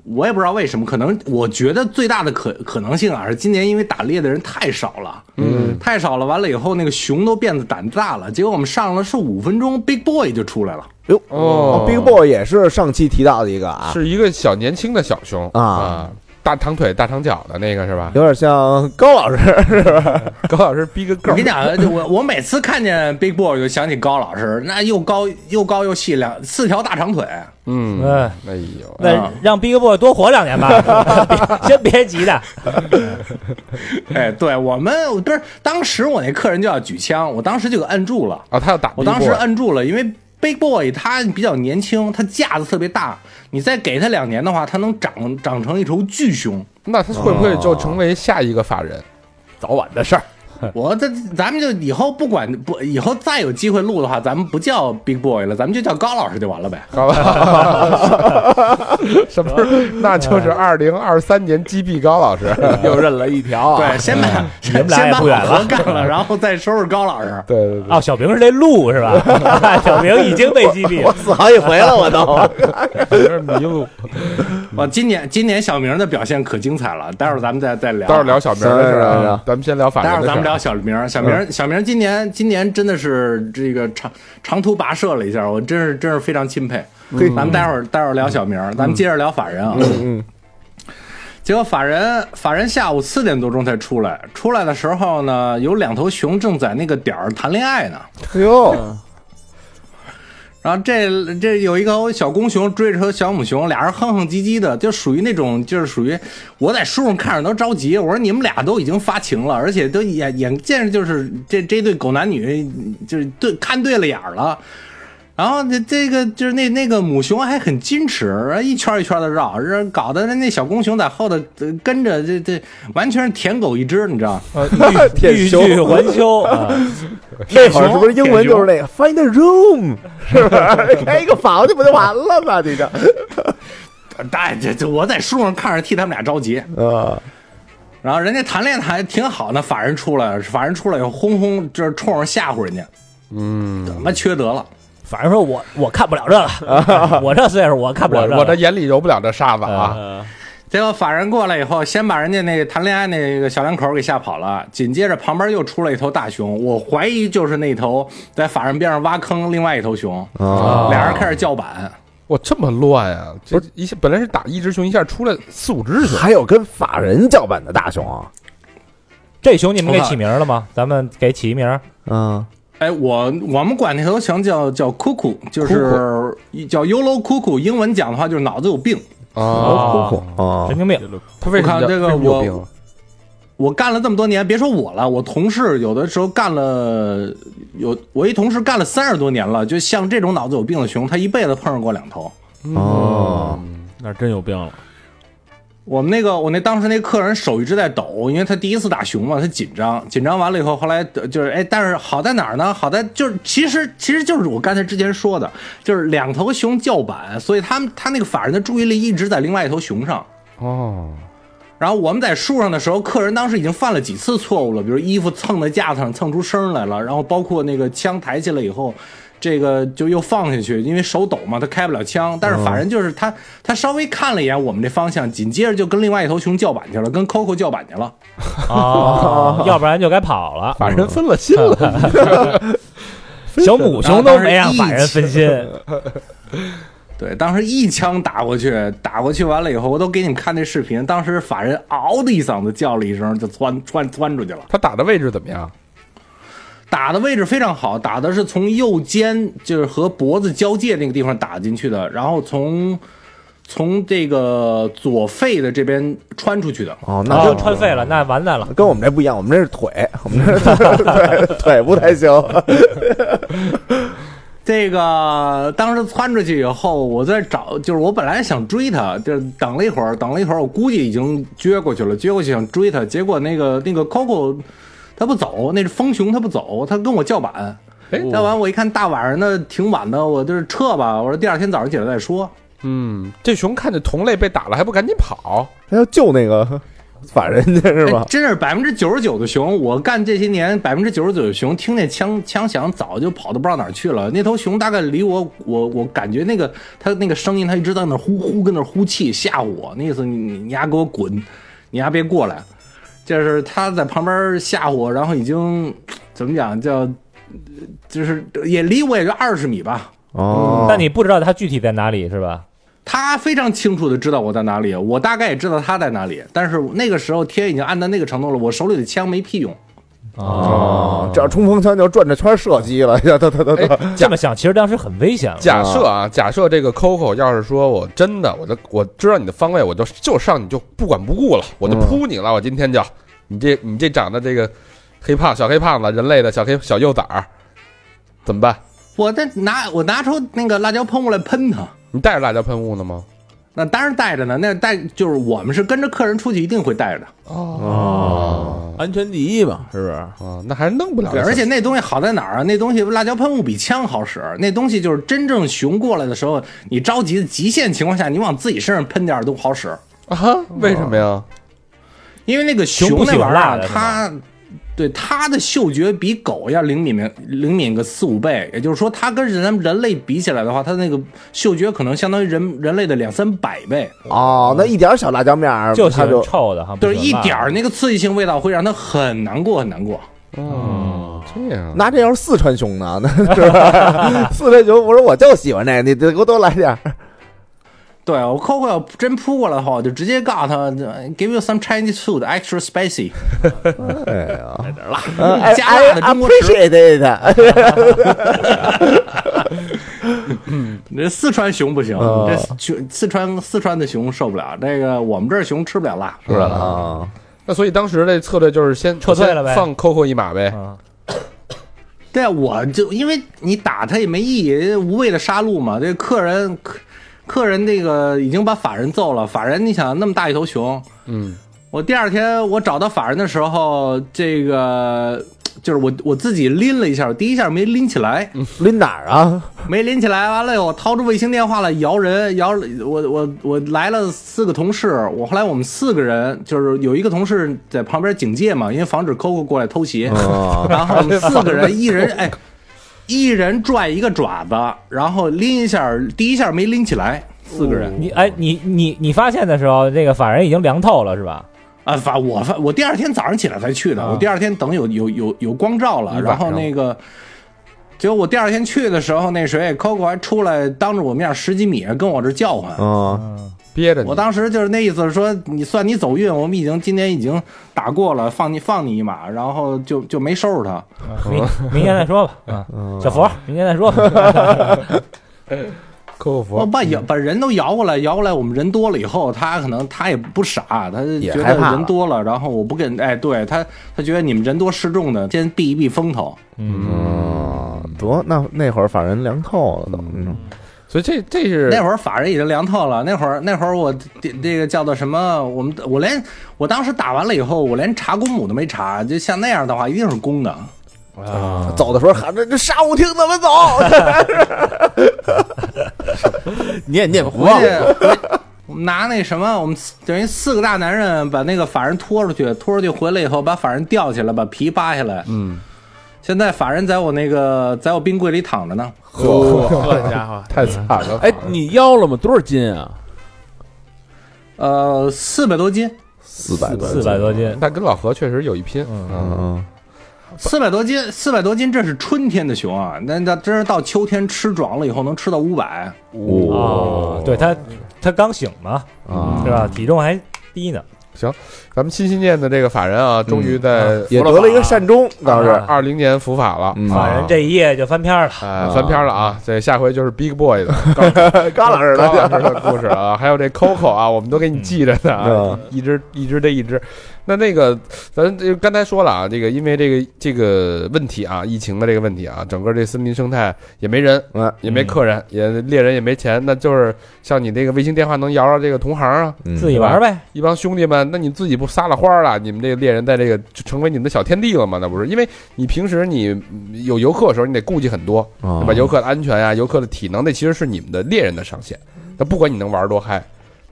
Speaker 6: 我也不知道为什么，可能我觉得最大的可可能性啊，是今年因为打猎的人太少了，嗯，太少了。完了以后，那个熊都变得胆子大了。结果我们上了是五分钟，Big Boy 就出来了。
Speaker 4: 哟
Speaker 3: 哦
Speaker 4: ，Big Boy 也是上期提到的一个啊，
Speaker 3: 是一个小年轻的小熊
Speaker 4: 啊
Speaker 3: 大长腿、大长脚的那个是 吧？
Speaker 4: 有点像高老师，
Speaker 3: 哎高老师逼个
Speaker 6: 我
Speaker 3: 够
Speaker 6: 跟，你讲，就我我每次看见 Big Boy 我就想起高老师，那又高又高又细两四条大长腿。
Speaker 3: 嗯，
Speaker 2: 哎
Speaker 3: 哎呦，
Speaker 2: 那让 Big Boy 多活两年吧，别先别急的。
Speaker 6: 哎，对我们不是当时我那客人就要举枪，我当时就给摁住了，
Speaker 3: 啊，他要打
Speaker 6: 我
Speaker 3: Big
Speaker 6: 当时
Speaker 3: Boy
Speaker 6: 摁住了，因为 Big Boy 他比较年轻，他架子特别大，你再给他两年的话，他能长长成一头巨熊。
Speaker 3: 那他会不会就成为下一个法人？
Speaker 5: 早晚的事儿。
Speaker 2: 嗯
Speaker 6: 我这咱们就以后不管不以后再有机会录的话，咱们不叫 Big Boy 了，咱们就叫高老师就完了呗。
Speaker 3: 好吧， 什么时候？那就是二零二三年击毙高老师。
Speaker 5: 又认了一条啊！
Speaker 6: 对，先把
Speaker 2: 哦嗯你们俩
Speaker 6: 先
Speaker 2: 也
Speaker 6: 把
Speaker 2: 不远了
Speaker 6: 老何干了，然后再收拾高老师。
Speaker 3: 对对对，
Speaker 2: 哦，小明是那鹿是吧？ 小明已经被击毙
Speaker 4: 我
Speaker 2: 了。
Speaker 4: 死好几回了，我都。
Speaker 3: 有点迷路。嗯
Speaker 6: 哇，哦今年今年小明的表现可精彩了，待会儿咱们再再聊。啊
Speaker 3: 待会儿聊小明的事儿啊，咱们先聊法
Speaker 6: 待会
Speaker 3: 人
Speaker 6: 儿
Speaker 3: 的
Speaker 6: 咱们
Speaker 3: 事
Speaker 6: 聊
Speaker 3: 儿。嗯
Speaker 6: 小明儿，小明儿，小明儿今年今年真的是这个长长途跋涉了一下，我真是真是非常钦佩。
Speaker 3: 嗯
Speaker 6: 咱们待会儿待会儿聊小明儿，咱们接着聊法人啊。嗯。结果法人法人下午四点多钟才出来，出来的时候
Speaker 4: 嗯
Speaker 6: 呢，有两头熊正在那个点儿谈恋爱呢。
Speaker 4: 哟，
Speaker 6: 然后这这有一个小公熊追着小母熊，俩人哼哼唧唧的，就属于那种就是属于我在树上看着都着急。我说你们俩都已经发情了，而且都眼眼见着就是这这对狗男女就是对看对了眼儿了。然后这这个就是那那个母熊还很矜持，然后一圈一圈的绕，然后搞得那那小公熊在后头呃跟着，这这完全是舔狗一只，你知道？
Speaker 2: 呃欲欲拒还 休啊，
Speaker 4: 那会儿是不是英文就是那个 find a room，是不是？开一个房去不就完了吗？你这
Speaker 6: 但哎这这我在树上看着替他们俩着急。
Speaker 4: 啊，
Speaker 6: 然后人家谈恋爱还挺好呢，法人出来了，法人出来以后轰轰，就是冲着吓唬人家，
Speaker 3: 嗯，
Speaker 6: 怎么缺德了？
Speaker 2: 反正说我我看不了这 个，我这岁数我看不了这
Speaker 3: 我
Speaker 2: 个，
Speaker 3: 我这眼里揉不了这沙子啊，
Speaker 6: 哎结果法人过来以后，先把人家那个谈恋爱那个小两口给吓跑了，紧接着旁边又出来一头大熊，我怀疑就是那头在法人边上挖坑另外一头熊，
Speaker 4: 啊
Speaker 6: 俩人开始叫板，
Speaker 3: 哇，这么乱啊！这一下本来是打一只熊，一下出来四五只 熊，
Speaker 4: 还有跟法人叫板的大熊啊，
Speaker 2: 这熊你们给起名了吗？咱们给起一名，
Speaker 4: 嗯，
Speaker 6: 哎，我我们管那头熊叫叫 cuckoo，就是叫 yolo cuckoo，英文讲的话就是脑子有病。
Speaker 3: 啊，
Speaker 4: 酷酷啊
Speaker 2: 神，经病，
Speaker 3: 他为什么
Speaker 6: 我看这个
Speaker 3: 为什么有
Speaker 6: 我
Speaker 3: 病啊
Speaker 6: 我干了这么多年，别说我了，我同事有的时候干了有，我一同事干了三十多年了，就像这种脑子有病的熊，他一辈子碰上过两头。
Speaker 4: 哦，
Speaker 5: 那真有病了。
Speaker 6: 我们那个我那当时那客人手一直在抖，因为他第一次打熊嘛，他紧张，紧张完了以后，后来呃就是哎，但是好在哪儿呢？好在就是其实其实就是我刚才之前说的，就是两头熊叫板，所以他们他那个法人的注意力一直在另外一头熊上。
Speaker 3: 哦，
Speaker 6: 然后我们在树上的时候，客人当时已经犯了几次错误了，比如衣服蹭在架子上蹭出声来了，然后包括那个枪抬起来以后，这个就又放下去，因为手抖嘛，他开不了枪。但是法人就是他，他稍微看了一眼我们这方向，紧接着就跟另外一头熊叫板去了，跟 Coco 叫板去了。
Speaker 2: 哦，要不然就该跑了。
Speaker 3: 把人分了心了，
Speaker 2: 小母熊都没让法人分心，
Speaker 6: 对，当时一枪打过去，打过去完了以后，我都给你们看那视频，当时法人嗷的一嗓子叫了一声，就窜窜窜出去了。
Speaker 3: 他打的位置怎么样？
Speaker 6: 打的位置非常好，打的是从右肩就是和脖子交界那个地方打进去的，然后从从这个左肺的这边穿出去的。
Speaker 4: 哦，那
Speaker 2: 哦，
Speaker 4: 跟
Speaker 2: 穿废了，那完蛋了。
Speaker 4: 跟我们这不一样，我们这是腿，我们这是对腿不太行，
Speaker 6: 这个当时窜出去以后，我在找，就是我本来想追他，就是等了一会儿，等了一会儿，我估计已经撅过去了，撅过去想追他，结果那个那个 Coco 他不走，那是疯熊他不走，他跟我叫板。
Speaker 3: 哎
Speaker 6: 叫完我一看大晚上的挺晚的，我就是撤吧，我说第二天早上起来再说。
Speaker 3: 嗯，这熊看见同类被打了，还不赶紧
Speaker 6: 啊
Speaker 3: 跑？
Speaker 4: 他要救那个法人去是吧
Speaker 6: 哎？真是百分之九十九的熊，我干这些年百分之九十九的熊，听见枪枪响早就跑到不知道哪儿去了。那头熊大概离我，我我感觉那个它那个声音，它一直在那儿呼呼跟那儿呼气吓唬我，那意思你你你丫给我滚，你丫别过来。就是它在旁边吓唬我，然后已经怎么讲叫，就是也离我也就二十米吧。
Speaker 4: 哦，
Speaker 2: 但你不知道它具体在哪里是吧？
Speaker 6: 他非常清楚的知道我在哪里，我大概也知道他在哪里，但是那个时候天已经暗到那个程度了，我手里的枪没屁用。
Speaker 4: 哦，哎只要冲锋枪就转着圈射击了， 哒哒哒哒哒，
Speaker 2: 这么想，其实当时很危险了。
Speaker 3: 假设啊，假设这个 Coco 要是说我真的，我就我知道你的方位，我就就上你就不管不顾了，我就扑你了，我今天就你这你这长得这个黑胖小黑胖子，人类的小黑小幼崽儿，怎么办？
Speaker 6: 我再拿我拿出那个辣椒喷雾来喷他，
Speaker 3: 你带着辣椒喷雾呢吗？
Speaker 6: 那当然带着呢，那带就是我们是跟着客人出去一定会带着的，
Speaker 3: 哦
Speaker 5: 啊安全第一吧，是不是？
Speaker 3: 哦，那还是弄不了
Speaker 2: 啊
Speaker 6: 对，
Speaker 3: 这小。
Speaker 6: 而且那东西好在哪儿啊？那东西辣椒喷雾比枪好使，那东西就是真正熊过来的时候，你着急的极限情况下，你往自己身上喷点儿都好使，
Speaker 3: 啊哈，为什么呀？
Speaker 6: 哦因为那个
Speaker 2: 熊不
Speaker 6: 那
Speaker 2: 喜欢
Speaker 6: 玩意儿啊
Speaker 2: 辣的是吧
Speaker 6: 它。对它的嗅觉比狗要灵敏灵敏个四五倍，也就是说，它跟人人类比起来的话，它那个嗅觉可能相当于人人类的两三百倍。
Speaker 4: 哦，那一点儿小辣椒面儿，
Speaker 2: 就喜
Speaker 4: 他
Speaker 2: 欢
Speaker 4: 就
Speaker 2: 臭的哈，
Speaker 6: 就是
Speaker 2: 不
Speaker 6: 一
Speaker 2: 喜欢辣的
Speaker 6: 点儿那个刺激性味道会让他很难过，很难过。
Speaker 3: 哦，这样。
Speaker 4: 那这要是四川熊呢？那是 吧？四川熊，我说我就喜欢这，你得给我多来点儿。
Speaker 6: 对我 Coco 要真扑过来的话，我就直接告诉他，Give you some Chinese food extra spicy。
Speaker 4: 哎呀，来点
Speaker 6: 辣，
Speaker 4: 哎
Speaker 6: 加辣的中国食
Speaker 4: appreciate it。
Speaker 6: 你这四川熊不行，
Speaker 2: 啊
Speaker 6: 这四四川四川的熊受不了，这个我们这儿熊吃不了辣，
Speaker 3: 是吧？
Speaker 4: 啊，
Speaker 3: 那所以当时的策略就是先
Speaker 2: 撤退了呗
Speaker 3: 先放 Coco 一马呗。
Speaker 6: 嗯
Speaker 2: 啊，
Speaker 6: 对，啊我就因为你打他也没意义，无谓的杀戮嘛。这客人客客人这个已经把法人揍了，法人你想那么大一头熊，
Speaker 3: 嗯，
Speaker 6: 我第二天我找到法人的时候，这个就是我我自己拎了一下，第一下没拎起来，
Speaker 4: 拎哪儿啊？
Speaker 6: 没拎起来，完了我掏出卫星电话来摇人，摇我我我来了四个同事，我后来我们四个人就是有一个同事在旁边警戒嘛，因为防止 Coco 过来偷袭，
Speaker 4: 啊
Speaker 6: 然后我们四个人一人哎，一人拽一个爪子，然后拎一下，第一下没拎起来，四个人
Speaker 3: 哦
Speaker 2: 你哎，你你你发现的时候，这个法人已经凉透了是吧？
Speaker 6: 啊，反我反我第二天早上起来才去的，
Speaker 2: 啊
Speaker 6: 我第二天等有有有有光照了，
Speaker 3: 你
Speaker 6: 然
Speaker 3: 哦晚上
Speaker 6: 后那个。结果我第二天去的时候，那谁 Coco 还出来当着我面十几米跟我这叫唤，
Speaker 3: 哦
Speaker 4: 啊，
Speaker 3: 憋着你
Speaker 6: 我当时就是那意思，说你算你走运，我们已经今年已经打过了，放你放你一马，然后就就没收拾他。
Speaker 2: 啊明明天再 说吧，啊，
Speaker 6: 嗯
Speaker 2: 小佛，明天再说吧。
Speaker 3: Coco
Speaker 6: 我
Speaker 3: 服，
Speaker 4: 嗯
Speaker 6: 把摇哦把人都摇过来，摇过来，我们人多了以后，他可能他也不傻，他
Speaker 4: 也
Speaker 6: 觉
Speaker 4: 害
Speaker 6: 得
Speaker 4: 怕了
Speaker 6: 人多了，然后我不跟哎，对他他觉得你们人多势众的，先避一避风头。
Speaker 4: 嗯，得那那会儿反正凉透了都，嗯
Speaker 3: 所以这这是
Speaker 6: 那会儿法人已经凉透了，那会儿那会儿我这这个叫做什么？我们我连我当时打完了以后，我连查公母都没查，就像那样的话，一定是公的。
Speaker 4: 走的时候喊着这杀舞厅怎 么走？
Speaker 5: 念念不
Speaker 6: 回
Speaker 5: 忘
Speaker 6: 去，我们拿那什么，我们四等于四个大男人把那个法人拖出去，拖出去回来以后，把法人吊起来，把皮扒下来。
Speaker 3: 嗯，
Speaker 6: 现在法人在我那个在我冰柜里躺着呢，
Speaker 5: 好家伙，
Speaker 3: 太惨了。
Speaker 5: 哎，你腰了吗？多少斤啊？
Speaker 6: 呃，四百多斤，
Speaker 4: 四百
Speaker 2: 四百多斤，
Speaker 3: 但跟老何确实有一拼，嗯，
Speaker 4: 嗯，
Speaker 6: 四百多斤，四百多斤，这是春天的熊啊，那那真是到秋天吃壮了以后能吃到五百。
Speaker 2: 哦，对他，他刚醒嘛，
Speaker 4: 啊
Speaker 2: 是吧？体重还低呢。
Speaker 3: 咱们心心念的这个法人啊，
Speaker 4: 嗯
Speaker 3: 终于在
Speaker 4: 也得了一个善终，倒是
Speaker 3: 二零年伏法了，
Speaker 6: 啊
Speaker 3: 啊
Speaker 4: 嗯
Speaker 2: 法人这一夜就翻篇了。
Speaker 3: 哎，翻篇了啊！这下回就是 Big Boy 的
Speaker 4: 刚老师
Speaker 3: 高
Speaker 4: 的
Speaker 3: 老师的故事啊，还有这 Coco 啊，我们都给你记着呢
Speaker 4: 嗯
Speaker 3: 啊，一只一只这一只。那那个，咱这刚才说了啊，这个因为这个这个问题啊，疫情的这个问题啊，整个这森林生态也没人
Speaker 4: 嗯，
Speaker 3: 也没客人，也猎人也没钱，那就是像你这个卫星电话能摇着这个同行啊，
Speaker 6: 嗯
Speaker 2: 自己玩呗，
Speaker 3: 一帮兄弟们，那你自己不撒了欢儿了？你们这个猎人在这个就成为你们的小天地了吗？那不是，因为你平时你嗯有游客的时候，你得顾忌很多，
Speaker 4: 啊
Speaker 3: 对吧？游客的安全呀、游客的体能，那其实是你们的猎人的上限。那不管你能玩多嗨，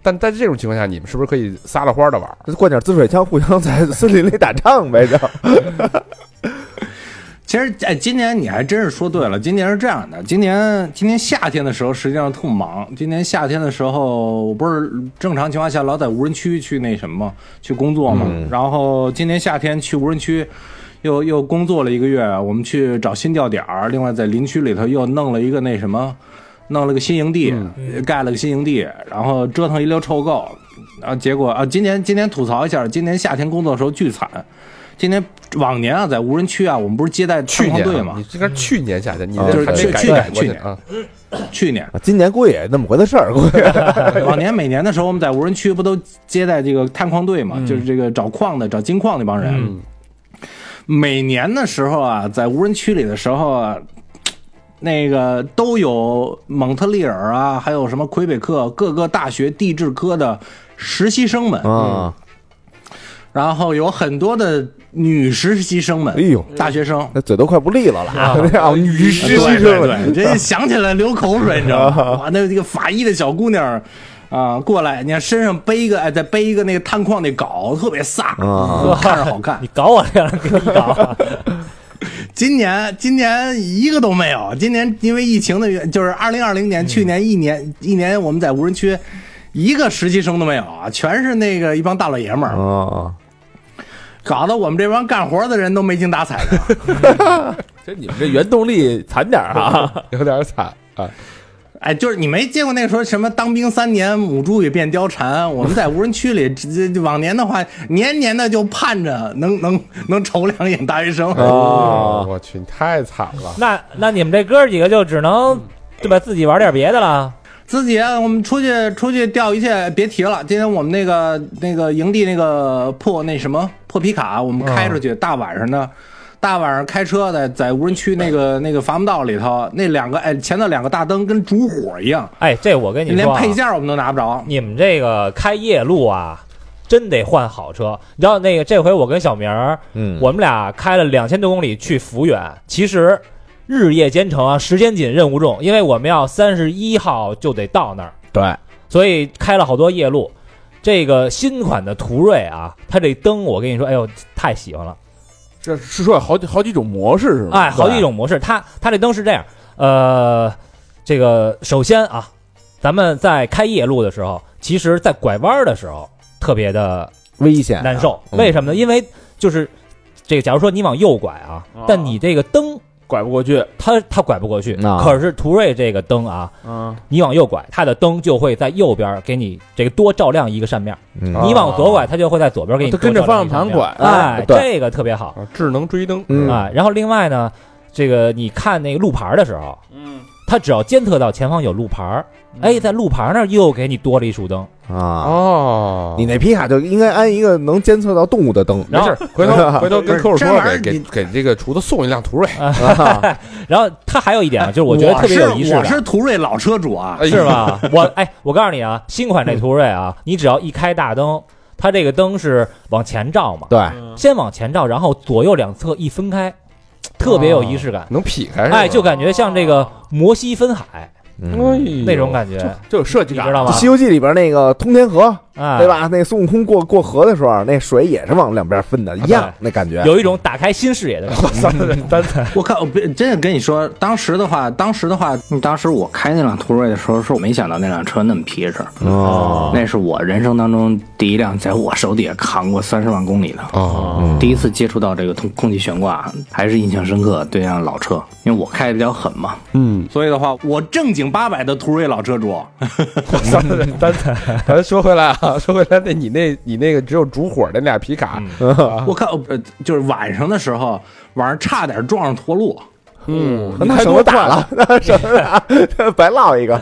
Speaker 3: 但在这种情况下，你们是不是可以撒了欢儿的玩儿？
Speaker 4: 嗯灌点滋水枪，互相在森林里打仗呗，就
Speaker 6: 其实，哎，今年你还真是说对了。今年是这样的，今年今年夏天的时候实际上特忙。今年夏天的时候，我不是正常情况下老在无人区去那什么去工作嘛。然后今年夏天去无人区，又又工作了一个月。我们去找新钓点儿，另外在林区里头又弄了一个那什么，弄了个新营地，
Speaker 3: 嗯
Speaker 6: 盖了个新营地，然后折腾一溜臭够。啊，结果啊，今年今年吐槽一下，今年夏天工作的时候巨惨。今年往年啊，在无人区啊，我们不是接待
Speaker 3: 去
Speaker 6: 探矿
Speaker 3: 年
Speaker 6: 队
Speaker 3: 啊
Speaker 6: 嘛
Speaker 3: 你？这个去年夏天，你
Speaker 4: 啊
Speaker 3: 这还
Speaker 6: 就是
Speaker 3: 没改
Speaker 6: 去
Speaker 3: 改
Speaker 6: 去
Speaker 3: 过去
Speaker 6: 年
Speaker 3: 啊？
Speaker 6: 去年
Speaker 4: 今年估计也那么回的事儿，估计
Speaker 6: 往年每年的时候，我们在无人区不都接待这个探矿队
Speaker 4: 嗯
Speaker 6: 嘛？就是这个找矿的、找金矿那帮人。每年的时候啊，在无人区里的时候啊，那个都有蒙特利尔啊，还有什么魁北克各个大学地质科的实习生们，
Speaker 4: 啊，
Speaker 6: 然后有很多的女实习生们，
Speaker 4: 哎呦，
Speaker 6: 大学生。
Speaker 4: 那嘴都快不利落了
Speaker 2: 啊
Speaker 4: 啊！那样女实习生
Speaker 6: 对对对，这想起来流口水，你知道
Speaker 4: 啊
Speaker 6: 吗？哇，那这个法医的小姑娘啊、过来，你看身上背一个，哎，再背一个那个探矿那镐，特别飒，
Speaker 4: 啊
Speaker 6: 看着好看
Speaker 2: 你。搞我这样给你 搞，
Speaker 6: 今年今年一个都没有，今年因为疫情的原，就是二零二零年，去年一年一年我们在无人区。一个实习生都没有啊，全是那个一帮大老爷们儿，
Speaker 4: 啊，
Speaker 6: 搞得我们这帮干活的人都没精打采的。
Speaker 5: 这哎你们这原动力惨点儿啊！
Speaker 3: 有点惨啊！
Speaker 6: 哎，就是你没见过那时候什么当兵三年母猪也变貂蝉，我们在无人区里，这这往年的话，年年的就盼着能能能瞅两眼
Speaker 3: 哎
Speaker 2: 嗯
Speaker 6: 大学生。
Speaker 4: 啊
Speaker 3: 我去，你太惨了。
Speaker 2: 那那你们这哥几个就只能对吧？自己玩点别的了。
Speaker 6: 自己啊，我们出去出去钓鱼去，别提了。今天我们那个那个营地那个破那什么破皮卡，我
Speaker 2: 嗯
Speaker 6: 们开出去，大晚上的，大晚上开车的，在无人区那个那个伐木道里头，那两个哎前头两个大灯跟烛火一样，
Speaker 2: 哎，这我跟你
Speaker 6: 连
Speaker 2: 说啊，
Speaker 6: 配件我们都拿不着。
Speaker 2: 你们这个开夜路啊，真得换好车。你知道那个这回我跟小明儿，
Speaker 4: 嗯，
Speaker 2: 我们俩开了两千多公里去抚远，其实日夜兼程啊，时间紧，任务重，因为我们要三十一号就得到那儿，
Speaker 4: 对，
Speaker 2: 所以开了好多夜路。这个新款的途锐啊，它这灯我跟你说，哎呦，太喜欢了。
Speaker 5: 这是说有好几好几种模式
Speaker 4: 嗯
Speaker 5: 是吗？
Speaker 2: 哎，好几种模式。它它这灯是这样，呃，这个首先啊，咱们在开夜路的时候，其实在拐弯的时候特别的
Speaker 4: 危险啊
Speaker 2: 难受，
Speaker 4: 嗯
Speaker 2: 为什么呢？因为就是这个，假如说你往右拐啊，
Speaker 5: 啊
Speaker 2: 但你这个灯
Speaker 5: 拐不过去。
Speaker 2: 它它拐不过去，
Speaker 4: 啊
Speaker 2: 可是途锐这个灯啊，
Speaker 5: 嗯，
Speaker 2: 你往右拐，它的灯就会在右边给你这个多照亮一个扇面；
Speaker 4: 嗯
Speaker 2: 你往左拐，它就会在左边给你
Speaker 5: 哦它
Speaker 2: 多
Speaker 5: 跟着
Speaker 2: 照亮一
Speaker 5: 方
Speaker 2: 个扇
Speaker 5: 向盘
Speaker 2: 面
Speaker 5: 拐。
Speaker 2: 哎，
Speaker 4: 对
Speaker 2: 这个特别好。
Speaker 3: 啊，智能追灯，
Speaker 4: 嗯
Speaker 2: 啊。然后另外呢，这个你看那个路牌的时候，
Speaker 5: 嗯，
Speaker 2: 它只要监测到前方有路牌儿，哎，在路牌那儿又给你多了一束灯。
Speaker 4: 啊，
Speaker 3: 哦
Speaker 4: 你那皮卡就应该安一个能监测到动物的灯，
Speaker 2: 然后，
Speaker 3: 回 头回头跟客户
Speaker 6: 这
Speaker 3: 说，
Speaker 6: 玩意儿
Speaker 3: 给给给这个厨子送一辆途锐，
Speaker 4: 啊
Speaker 2: 然后它还有一点啊，就是我觉得特别有仪式
Speaker 6: 我是我
Speaker 2: 感，
Speaker 6: 是途锐老车主啊，
Speaker 3: 哎
Speaker 2: 是？吧？我哎，我告诉你啊，新款这途锐啊，你只要一开大灯，它这个灯是往前照嘛，
Speaker 4: 对，
Speaker 2: 先往前照，然后左右两侧一分开，特别有仪式感。
Speaker 3: 能劈哦开是吧？
Speaker 2: 哎， 就感觉像这个摩西分海
Speaker 3: 哎
Speaker 4: 嗯
Speaker 3: 呦
Speaker 2: 那种感觉，
Speaker 5: 就有设计
Speaker 2: 你
Speaker 5: 感，
Speaker 2: 知道吗
Speaker 4: 《西？游记》里边那个通天河，
Speaker 2: 啊，
Speaker 4: 对？吧？那孙悟空过过河的时候，那水也是往两边分的，一样
Speaker 2: 对
Speaker 4: 那感觉。
Speaker 2: 有一种打开新视野的感觉。
Speaker 6: 我看，我别真的跟你说，当时的话，当时的话，嗯当时我开那辆途锐的时候，是我没想到那辆车那么皮实，
Speaker 4: 哦，
Speaker 6: 那是我人生当中第一辆在我手底下扛过三十万公里的。
Speaker 3: 哦，
Speaker 6: 第一次接触到这个空空气悬挂，还是印象深刻。对辆老车，因为我开的比较狠嘛，
Speaker 3: 嗯，啊
Speaker 6: 所以的话，我正经八百的途锐老车主，
Speaker 3: 咱咱咱说回来啊， 说回来，那你那你那个只有烛火的那俩皮卡，嗯
Speaker 6: 我看呃，就是晚上的时候，晚上差点撞上驼鹿，
Speaker 3: 嗯，
Speaker 4: 那省得打了， 那省得打，白落一个。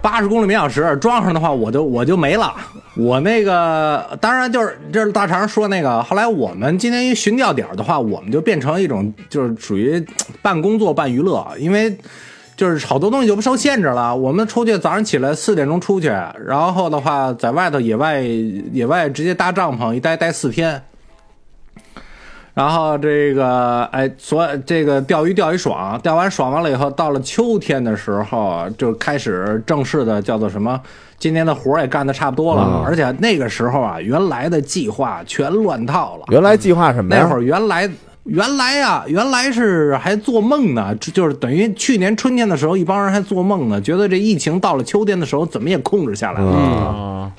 Speaker 6: 八十公里每小时，撞上的话我就我就没了。我那个当然就是这是大肠说那个，后来我们今天一巡调点儿的话，我们就变成一种就是属于半工作半娱乐，因为就是好多东西就不受限制了。我们出去早上起来四点钟出去，然后的话在外头野外野外直接搭帐篷一待待四天。然后这个，哎，所这个钓鱼钓鱼爽，钓完爽完了以后，到了秋天的时候，就开始正式的叫做什么？今年的活儿也干的差不多了，而且那个时候啊，原来的计划全乱套了。
Speaker 4: 原来计划什么呀？
Speaker 6: 那会儿原来原来啊，原来是还做梦呢，就就是等于去年春天的时候，一帮人还做梦呢，觉得这疫情到了秋天的时候怎么也控制下来了。
Speaker 4: 嗯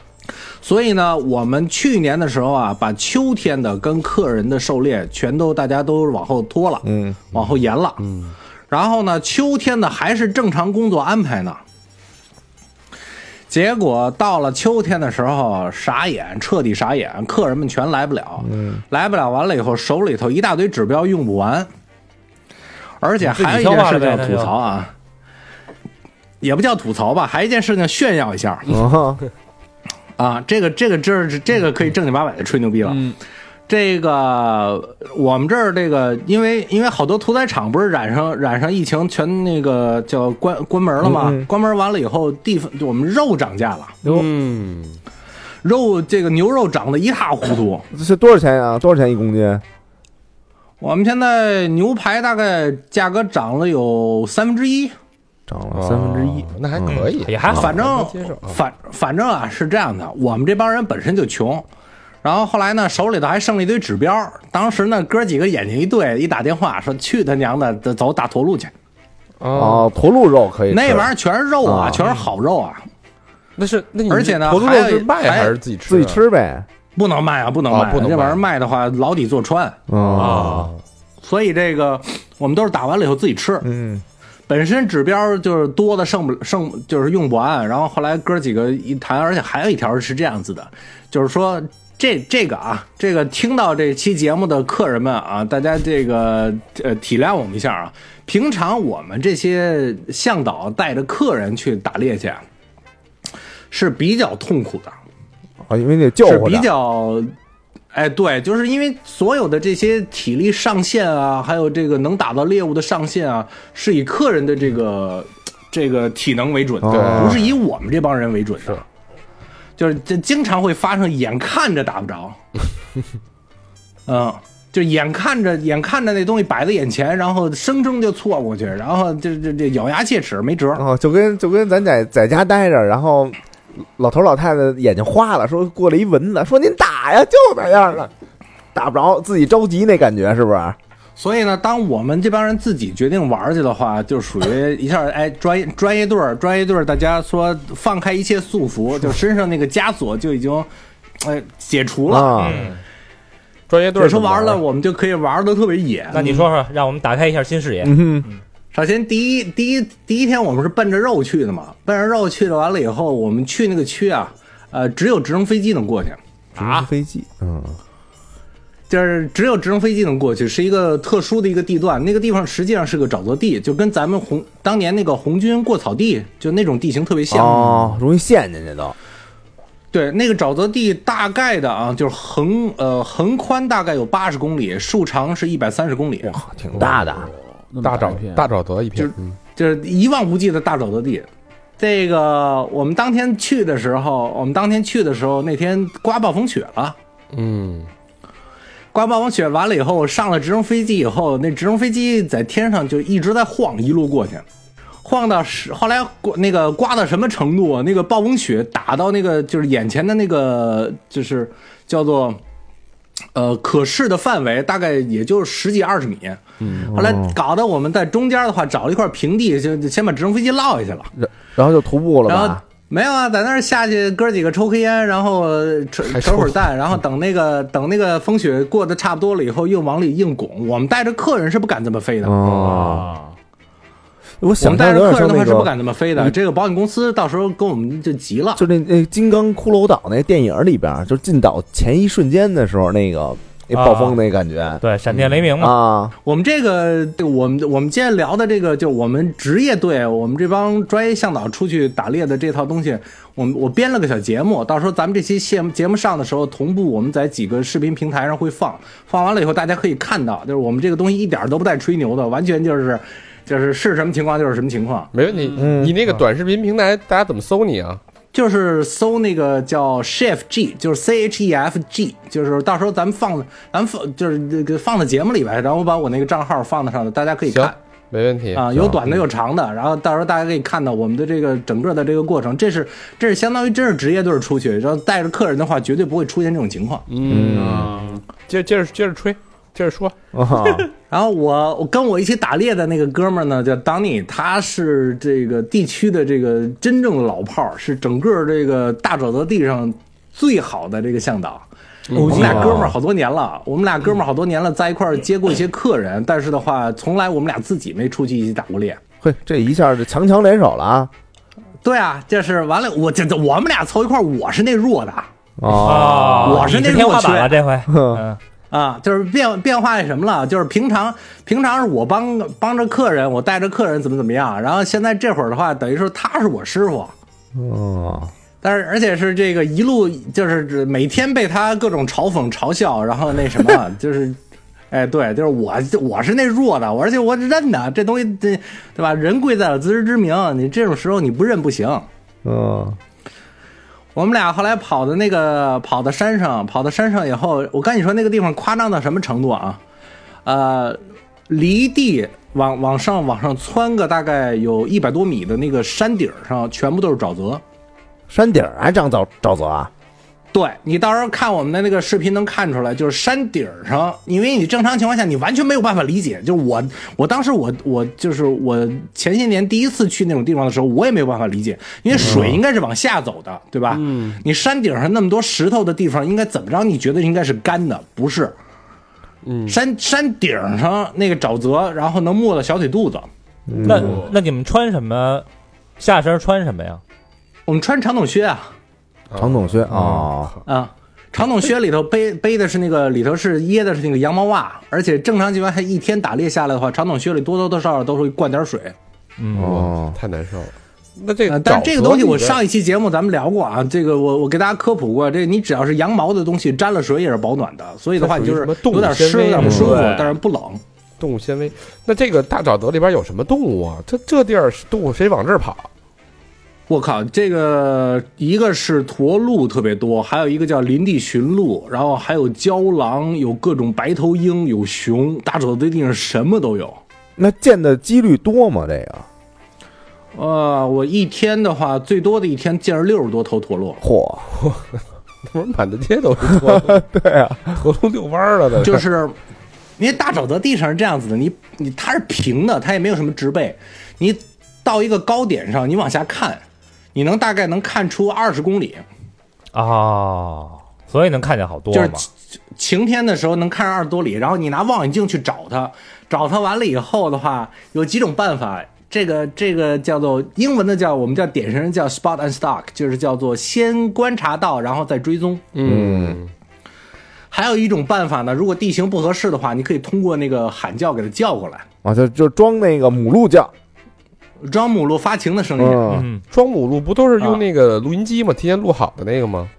Speaker 6: 所以呢，我们去年的时候啊，把秋天的跟客人的狩猎全都大家都往后拖了，嗯，往后延了，嗯。然后呢，秋天的还是正常工作安排呢。结果到了秋天的时候，傻眼，彻底傻眼，客人们全来不了，来不了。完了以后，手里头一大堆指标用不完，而且还有一件事情要吐槽啊，也不叫吐槽吧，还有一件事情炫耀一下，
Speaker 4: 哦
Speaker 6: 啊，这个这个这儿这个可以正经八百的吹牛逼了。
Speaker 5: 嗯
Speaker 6: 这个我们这儿这个，因为因为好多屠宰场不是染上染上疫情，全那个叫关关门了吗？关门完了以后，地方我们肉涨价了，
Speaker 3: 嗯，
Speaker 6: 肉这个牛肉涨得一塌糊涂。
Speaker 4: 这是多少钱啊？多少钱一公斤？
Speaker 6: 我们现在牛排大概价格涨了有三分之一，
Speaker 4: 涨了三分之一
Speaker 3: 哦，那还可以，
Speaker 2: 也还好，
Speaker 6: 反正
Speaker 3: 接受啊
Speaker 6: 反反正啊是这样的，我们这帮人本身就穷，然后后来呢手里头还剩了一堆指标，当时呢哥几个眼睛一对，一打电话说去他娘的，走打驼鹿去，
Speaker 4: 哦，驼鹿肉可以吃。
Speaker 6: 那玩意儿全是肉啊，
Speaker 4: 啊
Speaker 6: 全是好肉啊，
Speaker 3: 嗯那是那你
Speaker 6: 而且呢
Speaker 3: 头猪
Speaker 6: 还
Speaker 3: 肉
Speaker 6: 有
Speaker 3: 是卖
Speaker 6: 还
Speaker 3: 还是自己吃？
Speaker 4: 自己。吃呗。
Speaker 6: 不能卖啊，不能卖啊、
Speaker 3: 啊不能
Speaker 6: 这玩意儿
Speaker 3: 卖
Speaker 6: 卖的话牢底坐穿，啊
Speaker 4: 哦，
Speaker 6: 所以这个我们都是打完了以后自己吃，
Speaker 4: 嗯，
Speaker 6: 本身指标就是多的剩不剩就是用不完，然后后来哥几个一谈，而且还有一条是这样子的，就是说这这个啊，这个听到这期节目的客人们啊，大家这个呃体谅我们一下啊。平常我们这些向导带着客人去打猎去，啊是比较痛苦的，
Speaker 4: 啊，因为那叫
Speaker 6: 是
Speaker 4: 唤
Speaker 6: 比较，哎，对，就是因为所有的这些体力上限啊，还有这个能打到猎物的上限啊，是以客人的这个这个体能为准的，
Speaker 4: 哦
Speaker 6: 不是以我们这帮人为准的。就是这经常会发生，眼看着打不着，嗯，就眼看着眼看着那东西摆在眼前，然后生生就错过去，然后这这这咬牙切齿没辙。
Speaker 4: 啊，就跟就跟咱在在家待着，然后老头老太太眼睛花了，说过来一蚊子，说您打呀，就那样了，打不着，自己着急那感觉是不啊是？
Speaker 6: 所以呢，当我们这帮人自己决定玩儿去的话，就属于一下哎，专业专业队儿，专业队儿，大家说放开一切束缚，就身上那个枷锁就已经，哎，解除了。嗯
Speaker 4: 啊，
Speaker 3: 专业队
Speaker 6: 解
Speaker 3: 儿
Speaker 6: 除
Speaker 3: 怎么
Speaker 6: 完
Speaker 3: 玩
Speaker 6: 了，我们就可以玩的特别野。
Speaker 2: 那你说说，让我们打开一下新视野。
Speaker 4: 嗯哼，
Speaker 6: 首先第一第一第一天我们是奔着肉去的嘛，奔着肉去的，完了以后我们去那个区啊，呃，只有直升飞机能过去，
Speaker 4: 啊，飞机，嗯，
Speaker 6: 就是只有直升飞机能过去，是一个特殊的一个地段。那个地方实际上是个沼泽地，就跟咱们红当年那个红军过草地，就那种地形特别像。
Speaker 4: 哦，容易陷进去都，
Speaker 6: 对，那个沼泽地大概的啊，就是横呃横宽大概有八十公里，竖长是一百三十公里，
Speaker 4: 哇，挺大的，啊
Speaker 5: 那么
Speaker 3: 大
Speaker 5: 一片
Speaker 3: 沼大沼泽一
Speaker 6: 就
Speaker 3: 片
Speaker 6: 是，就是一望无际的大沼泽地。这个我们当天去的时候，我们当天去的时候，那天刮暴风雪了。
Speaker 3: 嗯，
Speaker 6: 刮暴风雪完了以后，上了直升飞机以后，那直升飞机在天上就一直在晃，一路过去，晃到是后来刮那个刮到什么程度啊？那个暴风雪打到那个就是眼前的那个就是叫做呃可视的范围，大概也就十几二十米。嗯，后
Speaker 4: 哦
Speaker 6: 来搞得我们在中间的话找了一块平地，就就先把直升飞机落下去了。
Speaker 4: 然后就徒步了
Speaker 6: 然后
Speaker 4: 吧？哦
Speaker 6: 没有啊，在那儿下去哥几个抽根烟，然后呃扯
Speaker 3: 还
Speaker 6: 扯
Speaker 3: 抽
Speaker 6: 会儿蛋，然后等那个等那个风雪过得差不多了以后，又往里硬拱。我们带着客人是不敢这么飞的，
Speaker 4: 哦，
Speaker 5: 啊，
Speaker 4: 我
Speaker 6: 嗯我们
Speaker 4: 想象
Speaker 6: 带着
Speaker 4: 有点像
Speaker 6: 客人的
Speaker 4: 那
Speaker 6: 话是不
Speaker 4: 个，
Speaker 6: 敢这么飞的。这个保险公司到时候跟我们就急了。
Speaker 4: 就那那金刚骷髅岛那电影里边，就是进岛前一瞬间的时候，那个那暴
Speaker 6: 啊
Speaker 4: 风那感觉
Speaker 2: 对，闪电雷鸣
Speaker 6: 嗯
Speaker 2: 嘛，
Speaker 4: 啊，
Speaker 6: 我们这个，对我们我们今天聊的这个，就我们职业队，我们这帮专业向导出去打猎的这套东西，我们我编了个小节目，到时候咱们这期节目节目上的时候，同步我们在几个视频平台上会放，放完了以后大家可以看到，就是我们这个东西一点都不带吹牛的，完全就是就是是什么情况就是什么情况，
Speaker 3: 没问题。
Speaker 4: 嗯
Speaker 3: 你那个短视频平台大家怎么搜你啊？
Speaker 6: 就是搜那个叫 Chef G，就是 C H E F G，就是到时候咱们放咱们放就是这个放在节目里边，然后我把我那个账号放到上头，大家可以
Speaker 3: 行
Speaker 6: 看。
Speaker 3: 没问题
Speaker 6: 啊，有短的有长的，然后到时候大家可以看到我们的这个整个的这个过程，这是这是相当于真是职业队出去，然后带着客人的话，绝对不会出现这种情况。
Speaker 3: 嗯，接着接着接着吹，接着说，
Speaker 6: 嗯
Speaker 4: 啊，
Speaker 6: 然后我我跟我一起打猎的那个哥们儿呢，叫 Donny，他是这个地区的这个真正的老炮儿，是整个这个大沼泽地上最好的这个向导。我们俩哥们儿好多年了，我们俩哥们儿好多年了，在一块儿接过一些客人，但是的话，从来我们俩自己没出去一起打过猎。
Speaker 4: 嘿，这一下就强强联手了啊！
Speaker 6: 对啊，就是完了，我这这我们俩凑一块儿，我是那弱的啊
Speaker 4: 哦，
Speaker 2: 哦
Speaker 6: 我是
Speaker 2: 你
Speaker 6: 那
Speaker 2: 是
Speaker 6: 个
Speaker 2: 天花
Speaker 6: 缺
Speaker 2: 板了这回。嗯，
Speaker 6: 啊，就是变变化是什么了？就是平常平常是我帮帮着客人，我带着客人怎么怎么样，然后现在这会儿的话，等于说他是我师傅，
Speaker 4: 哦，
Speaker 6: 但是而且是这个一路就是这每天被他各种嘲讽嘲笑，然后那什么就是。哎，对，就是我，我是那弱的，我而且我认的这东西，这对吧？人贵在有自知之明，你这种时候你不认不行。
Speaker 4: 嗯，
Speaker 6: 我们俩后来跑的那个跑到山上，跑到山上以后，我跟你说那个地方夸张到什么程度啊？呃，离地往往上往上窜个大概有一百多米的那个山顶上，全部都是沼泽。
Speaker 4: 山顶儿还长沼沼泽啊？
Speaker 6: 对你到时候看我们的那个视频能看出来，就是山顶上，因为你正常情况下你完全没有办法理解。就是我，我当时我我就是我前些年第一次去那种地方的时候，我也没有办法理解，因为水应该是往下走的，对吧？嗯，你山顶上那么多石头的地方，应该怎么着？你觉得应该是干的，不是？嗯，山山顶上那个沼泽，然后能没到小腿肚子。
Speaker 2: 那那你们穿什么？下身穿什么呀？
Speaker 6: 我们穿长筒靴啊，
Speaker 4: 长筒靴啊，
Speaker 6: 啊，长筒靴里头背背的是那个里头是掖的是那个羊毛袜，而且正常情况下一天打猎下来的话，长筒靴里多多多少少都会灌点水。
Speaker 4: 哦，
Speaker 3: 太难受了。那这个
Speaker 6: 呃，
Speaker 3: 沼
Speaker 6: 但是这个东西
Speaker 3: 泽里
Speaker 6: 我
Speaker 3: 边
Speaker 6: 上一期节目咱们聊过啊，这个我我给大家科普过，这你只要是羊毛的东西沾了水也是保暖的，所以的话
Speaker 3: 它
Speaker 6: 你
Speaker 3: 属于什
Speaker 6: 就是
Speaker 3: 么动物
Speaker 6: 有点湿，
Speaker 3: 纤维
Speaker 6: 有点不舒服
Speaker 5: 对，
Speaker 6: 但是不冷。
Speaker 3: 动物纤维，那这个大沼泽里边有什么动物啊？这这地儿是动物谁往这儿跑？
Speaker 6: 我靠，这个一个是驼鹿特别多，还有一个叫林地驯鹿，然后还有郊狼，有各种白头鹰，有熊，大肘子地上什么都有。
Speaker 4: 那见的几率多吗？这个，
Speaker 6: 呃，我一天的话，最多的一天见着六十多头驼鹿，
Speaker 4: 嚯，
Speaker 3: 他妈满大街都是驼鹿，
Speaker 4: 对啊，
Speaker 3: 驼鹿遛弯儿了的。
Speaker 6: 就是因为大沼泽地上是这样子的，你你它是平的，它也没有什么植被，你到一个高点上，你往下看，你能大概能看出二十公里，
Speaker 2: 哦，所以能看见好多
Speaker 6: 就是
Speaker 2: 嘛。
Speaker 6: 晴晴天的时候能看上二十多里，然后你拿望远镜去找它，找它完了以后的话，有几种办法。这个这个叫做英文的叫我们叫典型人叫 spot and stalk，就是叫做先观察到，然后再追踪。
Speaker 3: 嗯，
Speaker 6: 还有一种办法呢，如果地形不合适的话，你可以通过那个喊叫给它叫过来，
Speaker 4: 啊，就就装那个母鹿叫，
Speaker 6: 装母鹿发情的声音。
Speaker 4: 嗯，
Speaker 2: 嗯，
Speaker 3: 装母鹿不都是
Speaker 6: 啊
Speaker 3: 用那个录音机吗？提前录好的那个吗？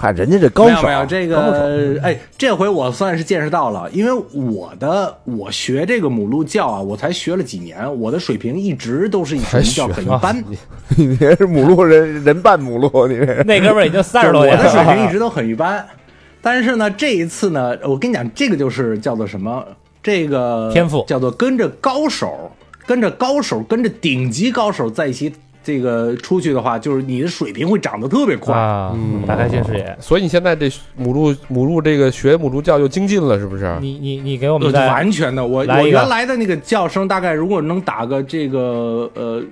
Speaker 4: 嗨，人家这高
Speaker 6: 没有
Speaker 4: 手
Speaker 6: 没，有这个，哎，这回我算是见识到了，因为我的我学这个母鹿叫啊，我才学了几年，我的水平一直都是以前
Speaker 2: 啊
Speaker 6: 叫很一 般，
Speaker 4: 你这是母鹿人人扮母鹿，你这 是
Speaker 2: 那哥们儿已经三
Speaker 6: 就是
Speaker 2: 十多
Speaker 6: 我
Speaker 2: 年
Speaker 6: 的水平一
Speaker 2: 了，啊
Speaker 6: 直都很一般。但是呢，这一次呢，我跟你讲，这个就是叫做什么？这个
Speaker 2: 天赋
Speaker 6: 叫做跟着高手，跟着高手，跟着顶级高手在一起，这个出去的话，就是你的水平会长得特别快。
Speaker 2: 啊，
Speaker 6: 嗯
Speaker 2: 打开新视野。
Speaker 3: 所以你现在这母鹿母鹿这个学母鹿叫又精进了，是不是？
Speaker 2: 你你你给我
Speaker 6: 呃
Speaker 2: 们再
Speaker 6: 完全的，我
Speaker 2: 来
Speaker 6: 我
Speaker 2: 一个
Speaker 6: 原来的那个叫声大概如果能打个这个呃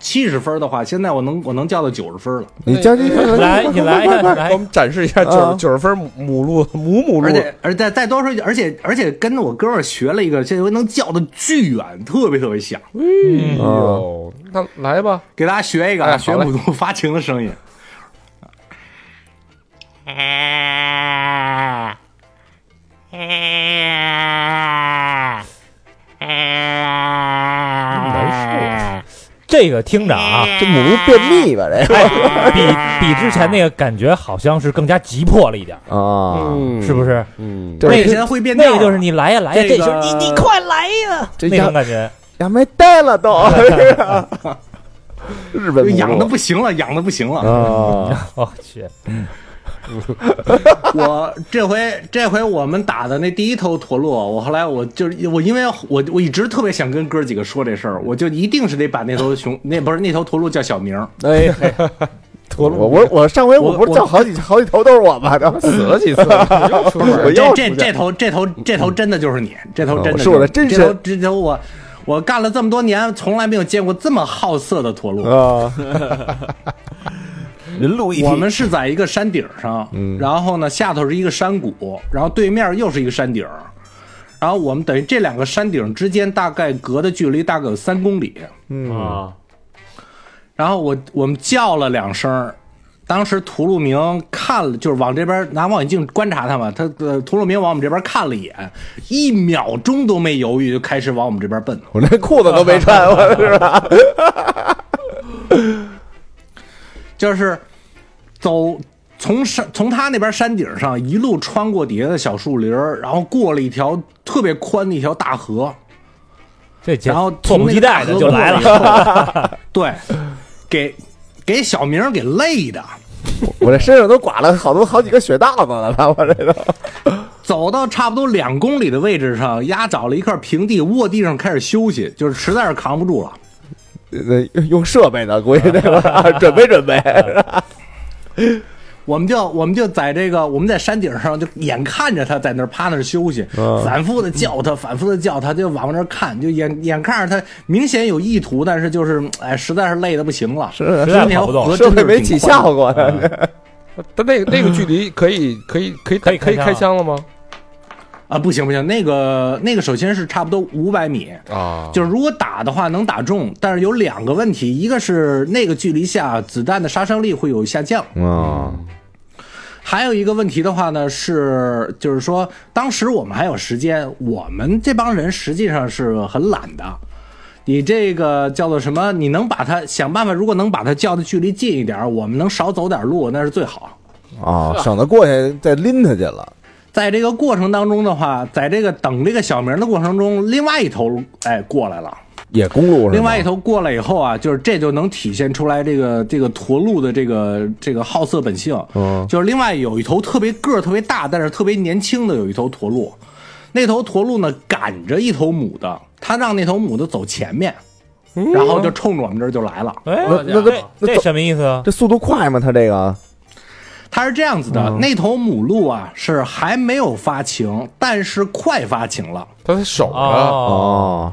Speaker 6: 七十分的话，现在我能我能叫到九十分了，
Speaker 4: 你将近
Speaker 2: 来你来
Speaker 4: 快快快
Speaker 2: 来
Speaker 3: 给我们展示一下九
Speaker 4: 啊
Speaker 3: 十九十分母母鹿 母母鹿
Speaker 6: 而，且而再再多说一句，而且而且跟我哥们儿学了一个，这回能叫的巨远，特别特别响。
Speaker 2: 嗯
Speaker 3: 哎
Speaker 2: 啊
Speaker 4: 嗯
Speaker 3: 呦，那来吧，
Speaker 6: 给大家学一个
Speaker 3: 哎
Speaker 6: 啊，
Speaker 3: 好
Speaker 6: 学
Speaker 3: 嘞
Speaker 6: 母鹿发情的声音。嗯
Speaker 2: 这个听着啊，
Speaker 4: 这母鹿便秘吧？这
Speaker 2: 哎，比比之前那个感觉好像是更加急迫了一点儿，
Speaker 4: 个啊，
Speaker 3: 嗯，
Speaker 2: 是不？是？
Speaker 3: 嗯，
Speaker 4: 就是
Speaker 6: 而且现在会变 调
Speaker 2: 那
Speaker 6: 了，
Speaker 2: 个就是你来呀来呀，
Speaker 6: 这
Speaker 2: 这
Speaker 6: 个
Speaker 2: 就是你你快来呀，
Speaker 4: 这
Speaker 2: 那
Speaker 4: 家
Speaker 2: 种感觉。
Speaker 4: 呀没呆了都，是啊日本
Speaker 6: 就痒的
Speaker 4: 的
Speaker 6: 不行了，痒的不 行了。
Speaker 4: 啊，
Speaker 2: 我去，
Speaker 6: 我这回这回我们打的那第一头驼鹿，我后来我就是我，因为我我一直特别想跟哥几个说这事儿，我就一定是得把那头熊那不是那头驼鹿叫小名儿，
Speaker 4: 哎，
Speaker 3: 驼鹿
Speaker 4: 我我我上回我
Speaker 6: 我
Speaker 4: 不是叫好几好几头都是我吗？都
Speaker 3: 死了 几次，又出门
Speaker 4: 我
Speaker 6: 这
Speaker 4: 又
Speaker 6: 这
Speaker 4: 出嗯
Speaker 6: 这头这头这头真的就是你，这头真的
Speaker 4: 哦是我的
Speaker 6: 你
Speaker 4: 真
Speaker 6: 这头
Speaker 4: 身
Speaker 6: 这头我我干了这么多年，从来没有见过这么好色的驼鹿。
Speaker 4: 啊，
Speaker 5: 人路一体
Speaker 6: 我们是在一个山顶上，然后呢，下头是一个山谷，然后对面又是一个山顶，然后我们等于这两个山顶之间大概隔的距离大概有三公里。
Speaker 5: 啊，
Speaker 6: 然后我我们叫了两声儿，当时屠路明看了，就是往这边拿望远镜观察他嘛，他呃屠路明往我们这边看了一眼，一秒钟都没犹豫就开始往我们这边奔。
Speaker 4: 我连裤子都没 穿，我是吧？
Speaker 6: 就是走从山从他那边山顶上一路穿过底下的小树林儿，然后过了一条特别宽的一条大河，
Speaker 2: 这节
Speaker 6: 然后
Speaker 2: 迫
Speaker 6: 从
Speaker 2: 不
Speaker 6: 那
Speaker 2: 及
Speaker 6: 个
Speaker 2: 待
Speaker 6: 大
Speaker 2: 的
Speaker 6: 河
Speaker 2: 就来
Speaker 6: 过
Speaker 2: 了。
Speaker 6: 以 后，对，给给小明儿给累的。
Speaker 4: 我这身上都刮了好多好几个血道子了吧？我这都
Speaker 6: 走到差不多两公里的位置上，丫找了一块平地，卧地上开始休息，就是实在是扛不住了。
Speaker 4: 呃用设备呢，估计这个啊准备 准备，啊
Speaker 6: 我们就我们就在这个我们在山顶上就眼看着他在那儿趴那儿休息，反复的叫他，反复的叫他，就往那儿看，就眼眼看着他明显有意图，但是就是哎，实在是累的不行了，是
Speaker 2: 实在跑不动
Speaker 4: 设备没起效果呢。
Speaker 3: 但那个那个距离可以可以可以
Speaker 2: 可以
Speaker 3: 可以
Speaker 2: 开
Speaker 3: 开
Speaker 2: 枪
Speaker 3: 枪了吗？
Speaker 6: 啊，不行不行，那个那个首先是差不多五百米，
Speaker 3: 啊，
Speaker 6: 就是如果打的话能打中，但是有两个问题，一个是那个距离下子弹的杀伤力会有下降，
Speaker 4: 啊，
Speaker 6: 还有一个问题的话呢，是就是说，当时我们还有时间，我们这帮人实际上是很懒的。你这个叫做什么？你能把他想办法，如果能把他叫的距离近一点儿，我们能少走点路，那是最好。
Speaker 4: 啊，省得过去再拎他去了。
Speaker 6: 在这个过程当中的话，在这个等这个小明的过程中，另外一头哎过来了。
Speaker 4: 也公路上，
Speaker 6: 另外一头过来以后啊，就是这就能体现出来这个这个驼鹿的这个这个好色本性。
Speaker 4: 嗯
Speaker 6: 就是另外有一头特别个儿特别大，但是特别年轻的有一头驼鹿，那头驼鹿呢赶着一头母的，它让那头母的走前面，然后就冲着我们这儿就来了。
Speaker 2: 哎，
Speaker 4: 那那那那
Speaker 2: 这什么意思啊？
Speaker 4: 这速度快吗？他这个
Speaker 6: 它是这样子的，那头母鹿啊是还没有发情，但是快发情了。
Speaker 3: 他在守着，
Speaker 2: 哦，
Speaker 4: 哦，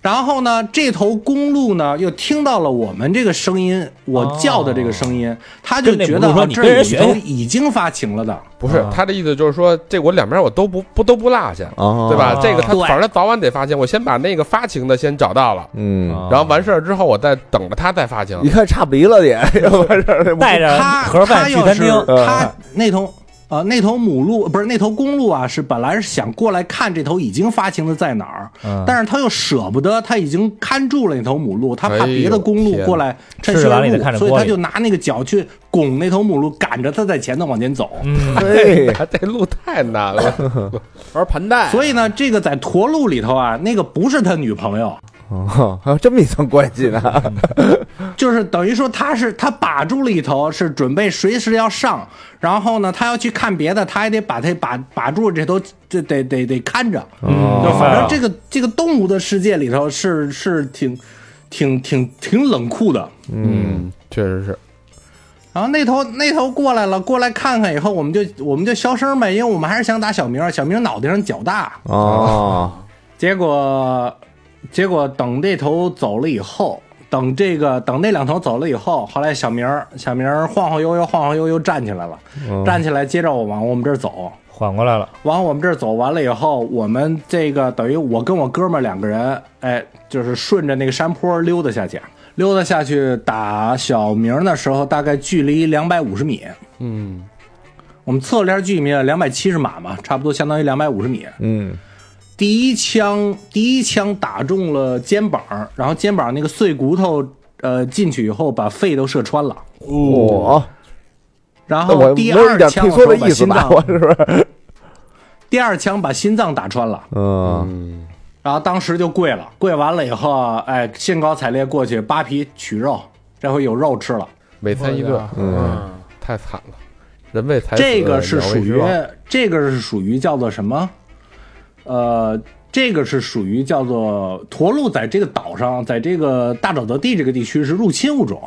Speaker 6: 然后呢，这头公鹿呢又听到了我们这个声音，我叫的这个声音，它就觉
Speaker 2: 哦跟
Speaker 6: 得
Speaker 2: 那母鹿说
Speaker 6: 啊
Speaker 2: 你
Speaker 6: 这
Speaker 2: 跟
Speaker 6: 有
Speaker 2: 人
Speaker 6: 一
Speaker 2: 学
Speaker 6: 头
Speaker 2: 学
Speaker 6: 已经发情了的。
Speaker 3: 不是
Speaker 2: 啊
Speaker 3: 他的意思就是说，这我两边我都不不都不落下，
Speaker 4: 哦
Speaker 3: 对
Speaker 2: 啊
Speaker 3: 吧？这个他
Speaker 6: 对
Speaker 3: 反正他早晚得发情，我先把那个发情的先找到了，
Speaker 4: 嗯，
Speaker 2: 哦
Speaker 3: 然后完事儿之后，我再等着他再发情
Speaker 4: 一。看差不离了 也，完事儿
Speaker 2: 带着
Speaker 6: 他
Speaker 2: 啊盒饭去餐厅，
Speaker 6: 他要是他
Speaker 4: 嗯
Speaker 6: 那头呃那头母鹿不是那头公鹿啊，是本来是想过来看这头已经发情的在哪儿，
Speaker 2: 嗯
Speaker 6: 但是他又舍不得，他已经看住了那头母鹿，他怕
Speaker 3: 哎呦
Speaker 6: 别的公鹿过来趁虚
Speaker 2: 吃着碗
Speaker 6: 而
Speaker 2: 里的
Speaker 6: 入
Speaker 2: 看，着
Speaker 6: 所以
Speaker 2: 锅
Speaker 6: 他
Speaker 2: 里
Speaker 6: 就拿那个脚去拱那头母鹿，赶着它在前头往前走。
Speaker 2: 嗯，
Speaker 4: 对，
Speaker 3: 这路太难了，
Speaker 5: 玩盘带，
Speaker 6: 所以呢，这个在驼鹿里头啊，那个不是他女朋友，
Speaker 4: 哦还有这么一层关系呢。
Speaker 6: 就是等于说他是他把住了一头，是准备随时要上，然后呢，他要去看别的，他还得把他把把住这头，这得得得看着。
Speaker 4: 哦
Speaker 2: 嗯
Speaker 6: 就反正
Speaker 2: 啊
Speaker 6: 这个这个动物的世界里头是是挺挺挺挺冷酷的。
Speaker 3: 嗯，确实是。
Speaker 6: 然后那头那头过来了，过来看看以后，我们就我们就消声呗，因为我们还是想打小明儿，小明儿脑袋上较大，
Speaker 4: 哦，
Speaker 6: 结果，结果等这头走了以后，等这个等那两头走了以后，后来小明儿小明儿晃晃悠悠晃晃悠悠站起来了，站起来接着我往我们这儿走，
Speaker 2: 缓过来了，
Speaker 6: 往我们这儿走完了以后，我们这个等于我跟我哥们儿两个人，哎，就是顺着那个山坡溜达下去，溜达下去打小明的时候，大概距离两百五十米，
Speaker 3: 嗯，
Speaker 6: 我们测了一下距离，两百七十码嘛，差不多相当于两百五十米。
Speaker 4: 嗯，
Speaker 6: 第一枪第一枪打中了肩膀，然后肩膀那个碎骨头呃进去以后把肺都射穿了，
Speaker 4: 我
Speaker 6: 然
Speaker 4: 那我
Speaker 6: 后第
Speaker 4: 没有
Speaker 6: 二
Speaker 4: 一点退
Speaker 6: 枪我
Speaker 4: 缩
Speaker 6: 说
Speaker 4: 的
Speaker 6: 把
Speaker 4: 意思
Speaker 6: 心
Speaker 4: 吧？
Speaker 6: 脏
Speaker 4: 我是不是？
Speaker 6: 第二枪把心脏打穿了，
Speaker 4: 嗯，
Speaker 6: 然后当时就跪了，跪完了以后，哎，兴高采烈过去扒皮取肉，这回有肉吃了。
Speaker 3: 每餐一顿，
Speaker 5: 嗯，
Speaker 3: 太惨了，人为财死
Speaker 6: 啊这个是属
Speaker 4: 哎
Speaker 6: 于
Speaker 3: 鸟为食亡
Speaker 6: 这个是属于叫做什么？呃，这个是属于叫做驼鹿在这个岛上，在这个大沼泽地这个地区是入侵物种。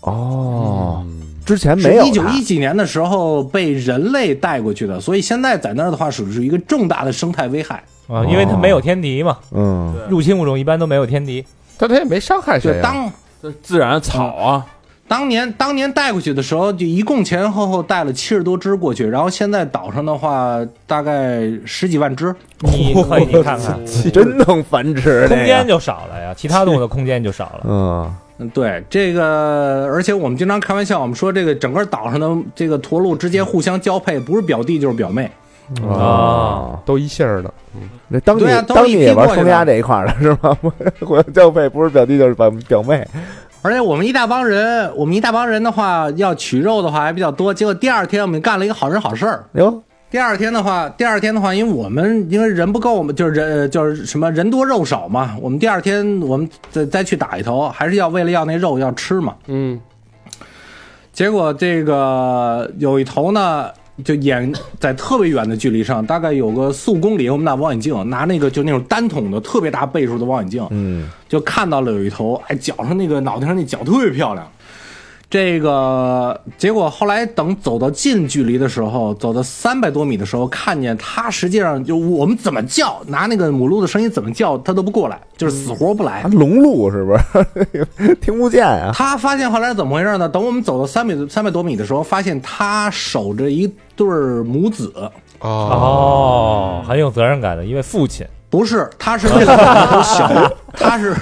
Speaker 4: 哦，之前
Speaker 6: 是
Speaker 4: 没有
Speaker 6: 一九
Speaker 4: 它
Speaker 6: 一几年的时候被人类带过去的，所以现在在那儿的话，属于一个重大的生态危害。
Speaker 2: 啊，因为它没有天敌嘛，
Speaker 4: 嗯，
Speaker 5: 对
Speaker 2: 入侵物种一般都没有天敌，
Speaker 3: 但他也没伤害
Speaker 6: 就
Speaker 3: 谁啊。
Speaker 6: 当
Speaker 5: 这自然草啊，
Speaker 6: 当年当年带过去的时候，就一共前前后后带了七十多只过去，然后现在岛上的话大概十几万只。
Speaker 2: 你可以看看，
Speaker 4: 真能繁殖，
Speaker 2: 空
Speaker 4: 这
Speaker 2: 间
Speaker 4: 个
Speaker 2: 就少了呀，其他动物的空间就少了。
Speaker 4: 嗯，
Speaker 6: 嗯，对这个，而且我们经常开玩笑，我们说这个整个岛上的这个驼鹿之间互相交配，不是表弟就是表妹。
Speaker 2: 哦，
Speaker 3: 都一姓儿的，
Speaker 4: 那当地
Speaker 6: 对啊都是
Speaker 4: 当地也玩
Speaker 6: 一批过去的
Speaker 4: 双鸭这一块儿的是吗？ 我交配不是表弟就是表表妹，
Speaker 6: 而且我们一大帮人，我们一大帮人的话，要取肉的话还比较多。结果第二天我们干了一个好人好事儿，
Speaker 4: 哟，
Speaker 6: 第二天的话，第二天的话，因为我们因为人不够，我们就是人就是什么人多肉少嘛。我们第二天我们再再去打一头，还是要为了要那肉要吃嘛。
Speaker 3: 嗯，
Speaker 6: 结果这个有一头呢，就眼在特别远的距离上，大概有个四五公里，我们拿望远镜，拿那个就那种单筒的特别大倍数的望远镜，
Speaker 4: 嗯，
Speaker 6: 就看到了有一头，哎，脚上那个脑袋上那脚特别漂亮。这个结果后来等走到近距离的时候，走到三百多米的时候，看见它实际上就我们怎么叫，拿那个母鹿的声音怎么叫，它都不过来，就是死活不来
Speaker 4: 啊。龙鹿是不是 听不见啊？
Speaker 6: 他发现后来是怎么回事呢？等我们走到三百三百多米的时候，发现他守着一对儿母子，
Speaker 3: 哦，
Speaker 2: 哦，很有责任感的一位父亲，
Speaker 6: 不是，他是为了那头 小，他是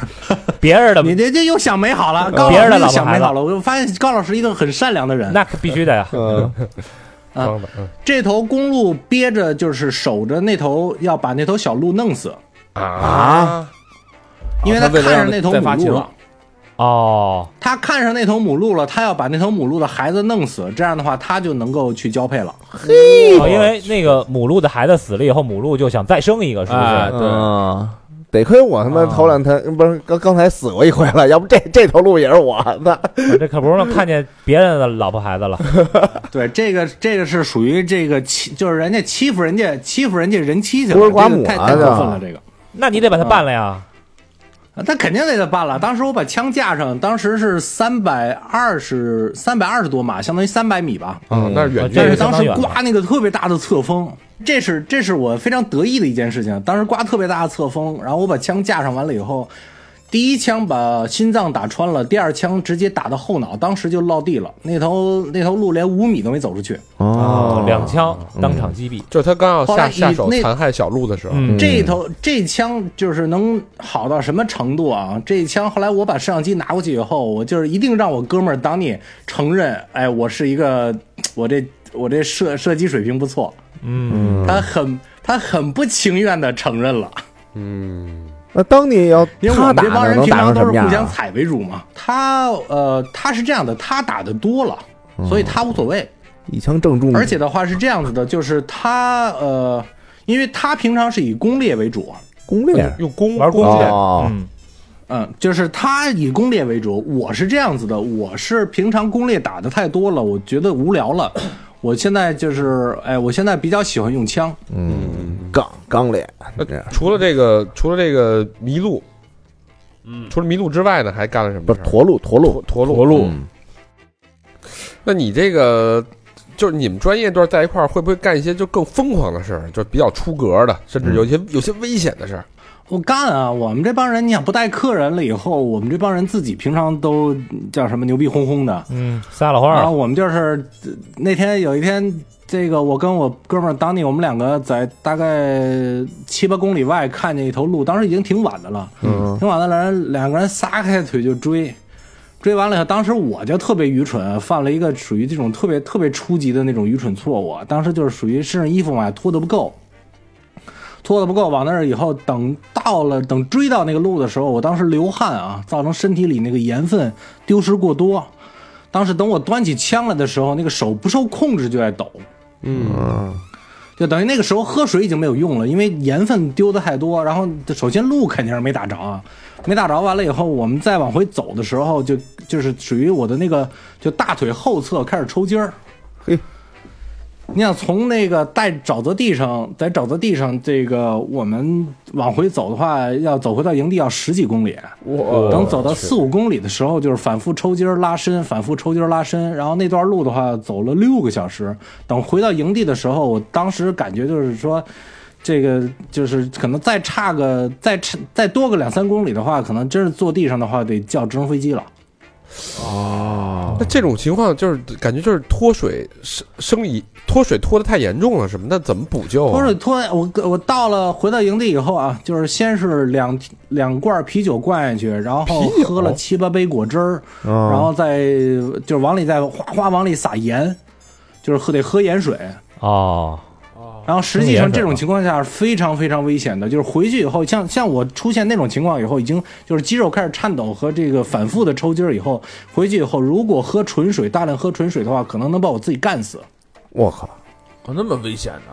Speaker 2: 别人
Speaker 5: 呃
Speaker 2: 的
Speaker 6: 你这这又想美好了，高
Speaker 2: 别
Speaker 6: 老
Speaker 2: 人的
Speaker 6: 师
Speaker 2: 老婆
Speaker 6: 又想
Speaker 2: 孩
Speaker 6: 美
Speaker 2: 子啊
Speaker 6: 好了。我就发现高老师一个很善良的人，
Speaker 2: 那可必须的呀，
Speaker 4: 嗯，
Speaker 6: 啊
Speaker 2: 装的，嗯
Speaker 6: 这头公路憋着就是守着那头，要把那头小鹿弄死，
Speaker 3: 啊，
Speaker 6: 因为
Speaker 5: 哦他为
Speaker 6: 看
Speaker 5: 了
Speaker 6: 上
Speaker 5: 让
Speaker 6: 那头
Speaker 5: 再
Speaker 6: 母
Speaker 5: 发
Speaker 6: 鹿
Speaker 5: 情
Speaker 6: 了。
Speaker 2: 哦，
Speaker 6: 他看上那头母鹿了，他要把那头母鹿的孩子弄死，这样的话他就能够去交配了。
Speaker 2: 哦因为那个母鹿的孩子死了以后，母鹿就想再生一个，是不
Speaker 5: 哎
Speaker 2: 是？
Speaker 5: 对
Speaker 4: 嗯，得亏我他妈
Speaker 2: 啊
Speaker 4: 头两天不是刚刚才死过一回了，要不这这头鹿也是我的。
Speaker 2: 我这可不是看见别人的老婆孩子了，
Speaker 6: 对，这个这个是属于这个欺，就是人家欺负人家欺负人家人妻去了，
Speaker 4: 孤儿寡
Speaker 6: 这个
Speaker 4: 母
Speaker 6: 太
Speaker 4: 啊
Speaker 6: 太过
Speaker 4: 这
Speaker 6: 分了，这个。
Speaker 2: 那你得把他办了呀。
Speaker 6: 啊他肯定得得办了。当时我把枪架上，当时是三百二十三百二十多码，相当于三百米吧。
Speaker 3: 啊，那是远
Speaker 2: 这
Speaker 6: 但
Speaker 2: 个
Speaker 3: 距
Speaker 6: 是
Speaker 2: 相
Speaker 6: 当
Speaker 2: 当
Speaker 6: 时
Speaker 2: 远了
Speaker 6: 刮那个特别大的侧风，这是这是我非常得意的一件事情。当时刮特别大的侧风，然后我把枪架上完了以后，第一枪把心脏打穿了，第二枪直接打到后脑，当时就落地了。那头那头鹿连五米都没走出去。
Speaker 2: 啊，两枪当场击毙。
Speaker 3: 就是他刚要
Speaker 6: 后
Speaker 3: 下
Speaker 6: 来
Speaker 3: 下
Speaker 6: 以
Speaker 3: 手
Speaker 6: 那
Speaker 3: 残害小鹿的时候，
Speaker 2: 嗯
Speaker 6: 这一头这枪就是能好到什么程度啊？这一枪后来我把摄像机拿过去以后，我就是一定让我哥们儿当你承认，哎，我是一个，我这我这射射击水平不错。
Speaker 2: 嗯，
Speaker 6: 他很他很不情愿的承认了，
Speaker 3: 嗯，
Speaker 4: 那当你要
Speaker 6: 因为我
Speaker 4: 他
Speaker 6: 们
Speaker 4: 打
Speaker 6: 这帮
Speaker 4: 的
Speaker 6: 人
Speaker 4: 能
Speaker 6: 平
Speaker 4: 打成
Speaker 6: 常都
Speaker 4: 什
Speaker 6: 是
Speaker 4: 么样
Speaker 6: 互相
Speaker 4: 啊？
Speaker 6: 踩为主嘛。他呃他是这样的，他打的多了，
Speaker 4: 嗯
Speaker 6: 所以他无所谓。
Speaker 4: 一枪正中，
Speaker 6: 而且的话是这样子的，就是他呃，因为他平常是以攻略为主，啊
Speaker 4: 攻略
Speaker 3: 用弓
Speaker 2: 玩弓
Speaker 3: 弓箭，
Speaker 4: 哦，
Speaker 2: 嗯
Speaker 6: 嗯，就是他以攻略为主，我是这样子的，我是平常攻略打的太多了，我觉得无聊了，我现在就是，哎，我现在比较喜欢用枪，
Speaker 4: 嗯，杠刚嗯烈，
Speaker 3: 呃
Speaker 4: 这样
Speaker 3: 除了这个，除了这个麋鹿，嗯，除了麋鹿之外呢，还干了什
Speaker 4: 不
Speaker 3: 么
Speaker 4: 是
Speaker 3: 事儿？
Speaker 4: 驼鹿，驼鹿，
Speaker 3: 驼鹿，
Speaker 5: 驼鹿
Speaker 4: 嗯
Speaker 3: 那你这个就是你们专业队在一块儿，会不会干一些就更疯狂的事儿，就比较出格的，甚至有一些有些危险的事儿？
Speaker 6: 我干啊！我们这帮人，你想不带客人了以后，我们这帮人自己平常都叫什么牛逼哄哄的，
Speaker 2: 嗯，撒了
Speaker 6: 然后
Speaker 2: 花，
Speaker 6: 我们就是呃那天有一天，这个我跟我哥们儿当地，我们两个在大概七八公里外看见一头鹿，当时已经挺晚的了，
Speaker 4: 嗯
Speaker 6: 挺晚的了，人两个人撒开腿就追，追完了以后，当时我就特别愚蠢，犯了一个属于这种特别特别初级的那种愚蠢错误，当时就是属于身上衣服嘛脱的不够。脱的不够，往那儿以后，等到了，等追到那个鹿的时候，我当时流汗啊，造成身体里那个盐分丢失过多，当时等我端起枪来的时候，那个手不受控制就在抖，
Speaker 3: 嗯，
Speaker 4: 嗯，
Speaker 6: 就等于那个时候喝水已经没有用了，因为盐分丢的太多。然后首先路肯定是没打着啊，没打着。完了以后，我们再往回走的时候，就就是属于我的那个就大腿后侧开始抽筋儿。
Speaker 4: 嘿，
Speaker 6: 你想从那个带沼泽地上，在沼泽地上，这个我们往回走的话，要走回到营地要十几公里。
Speaker 3: 我
Speaker 6: 等走到四五公里的时候，就是反复抽筋儿拉伸，反复抽筋儿拉伸。然后那段路的话，走了六个小时。等回到营地的时候，我当时感觉就是说，这个就是可能再差个再差再多个两三公里的话，可能真是坐地上的话得叫直升飞机了。
Speaker 3: 那这种情况就是感觉就是脱水生生理脱水脱的太严重了，什么那怎么补救
Speaker 6: 脱
Speaker 3: 啊？
Speaker 6: 水脱，我我到了回到营地以后啊，就是先是两两罐啤酒灌下去，然后
Speaker 3: 啤酒嗯
Speaker 6: 喝了七八杯果汁儿，然
Speaker 4: 然
Speaker 6: 后再就是往里再哗哗往里撒盐，就是喝得喝盐水。
Speaker 2: 哦，
Speaker 6: 然后实际上这种情况下是非常非常危险的，就是回去以后，像像我出现那种情况以后，已经就是肌肉开始颤抖和这个反复的抽筋儿以后，回去以后如果喝纯水，大量喝纯水的话，可能能把我自己干死。
Speaker 4: 我靠，
Speaker 5: 哦那么危险呢？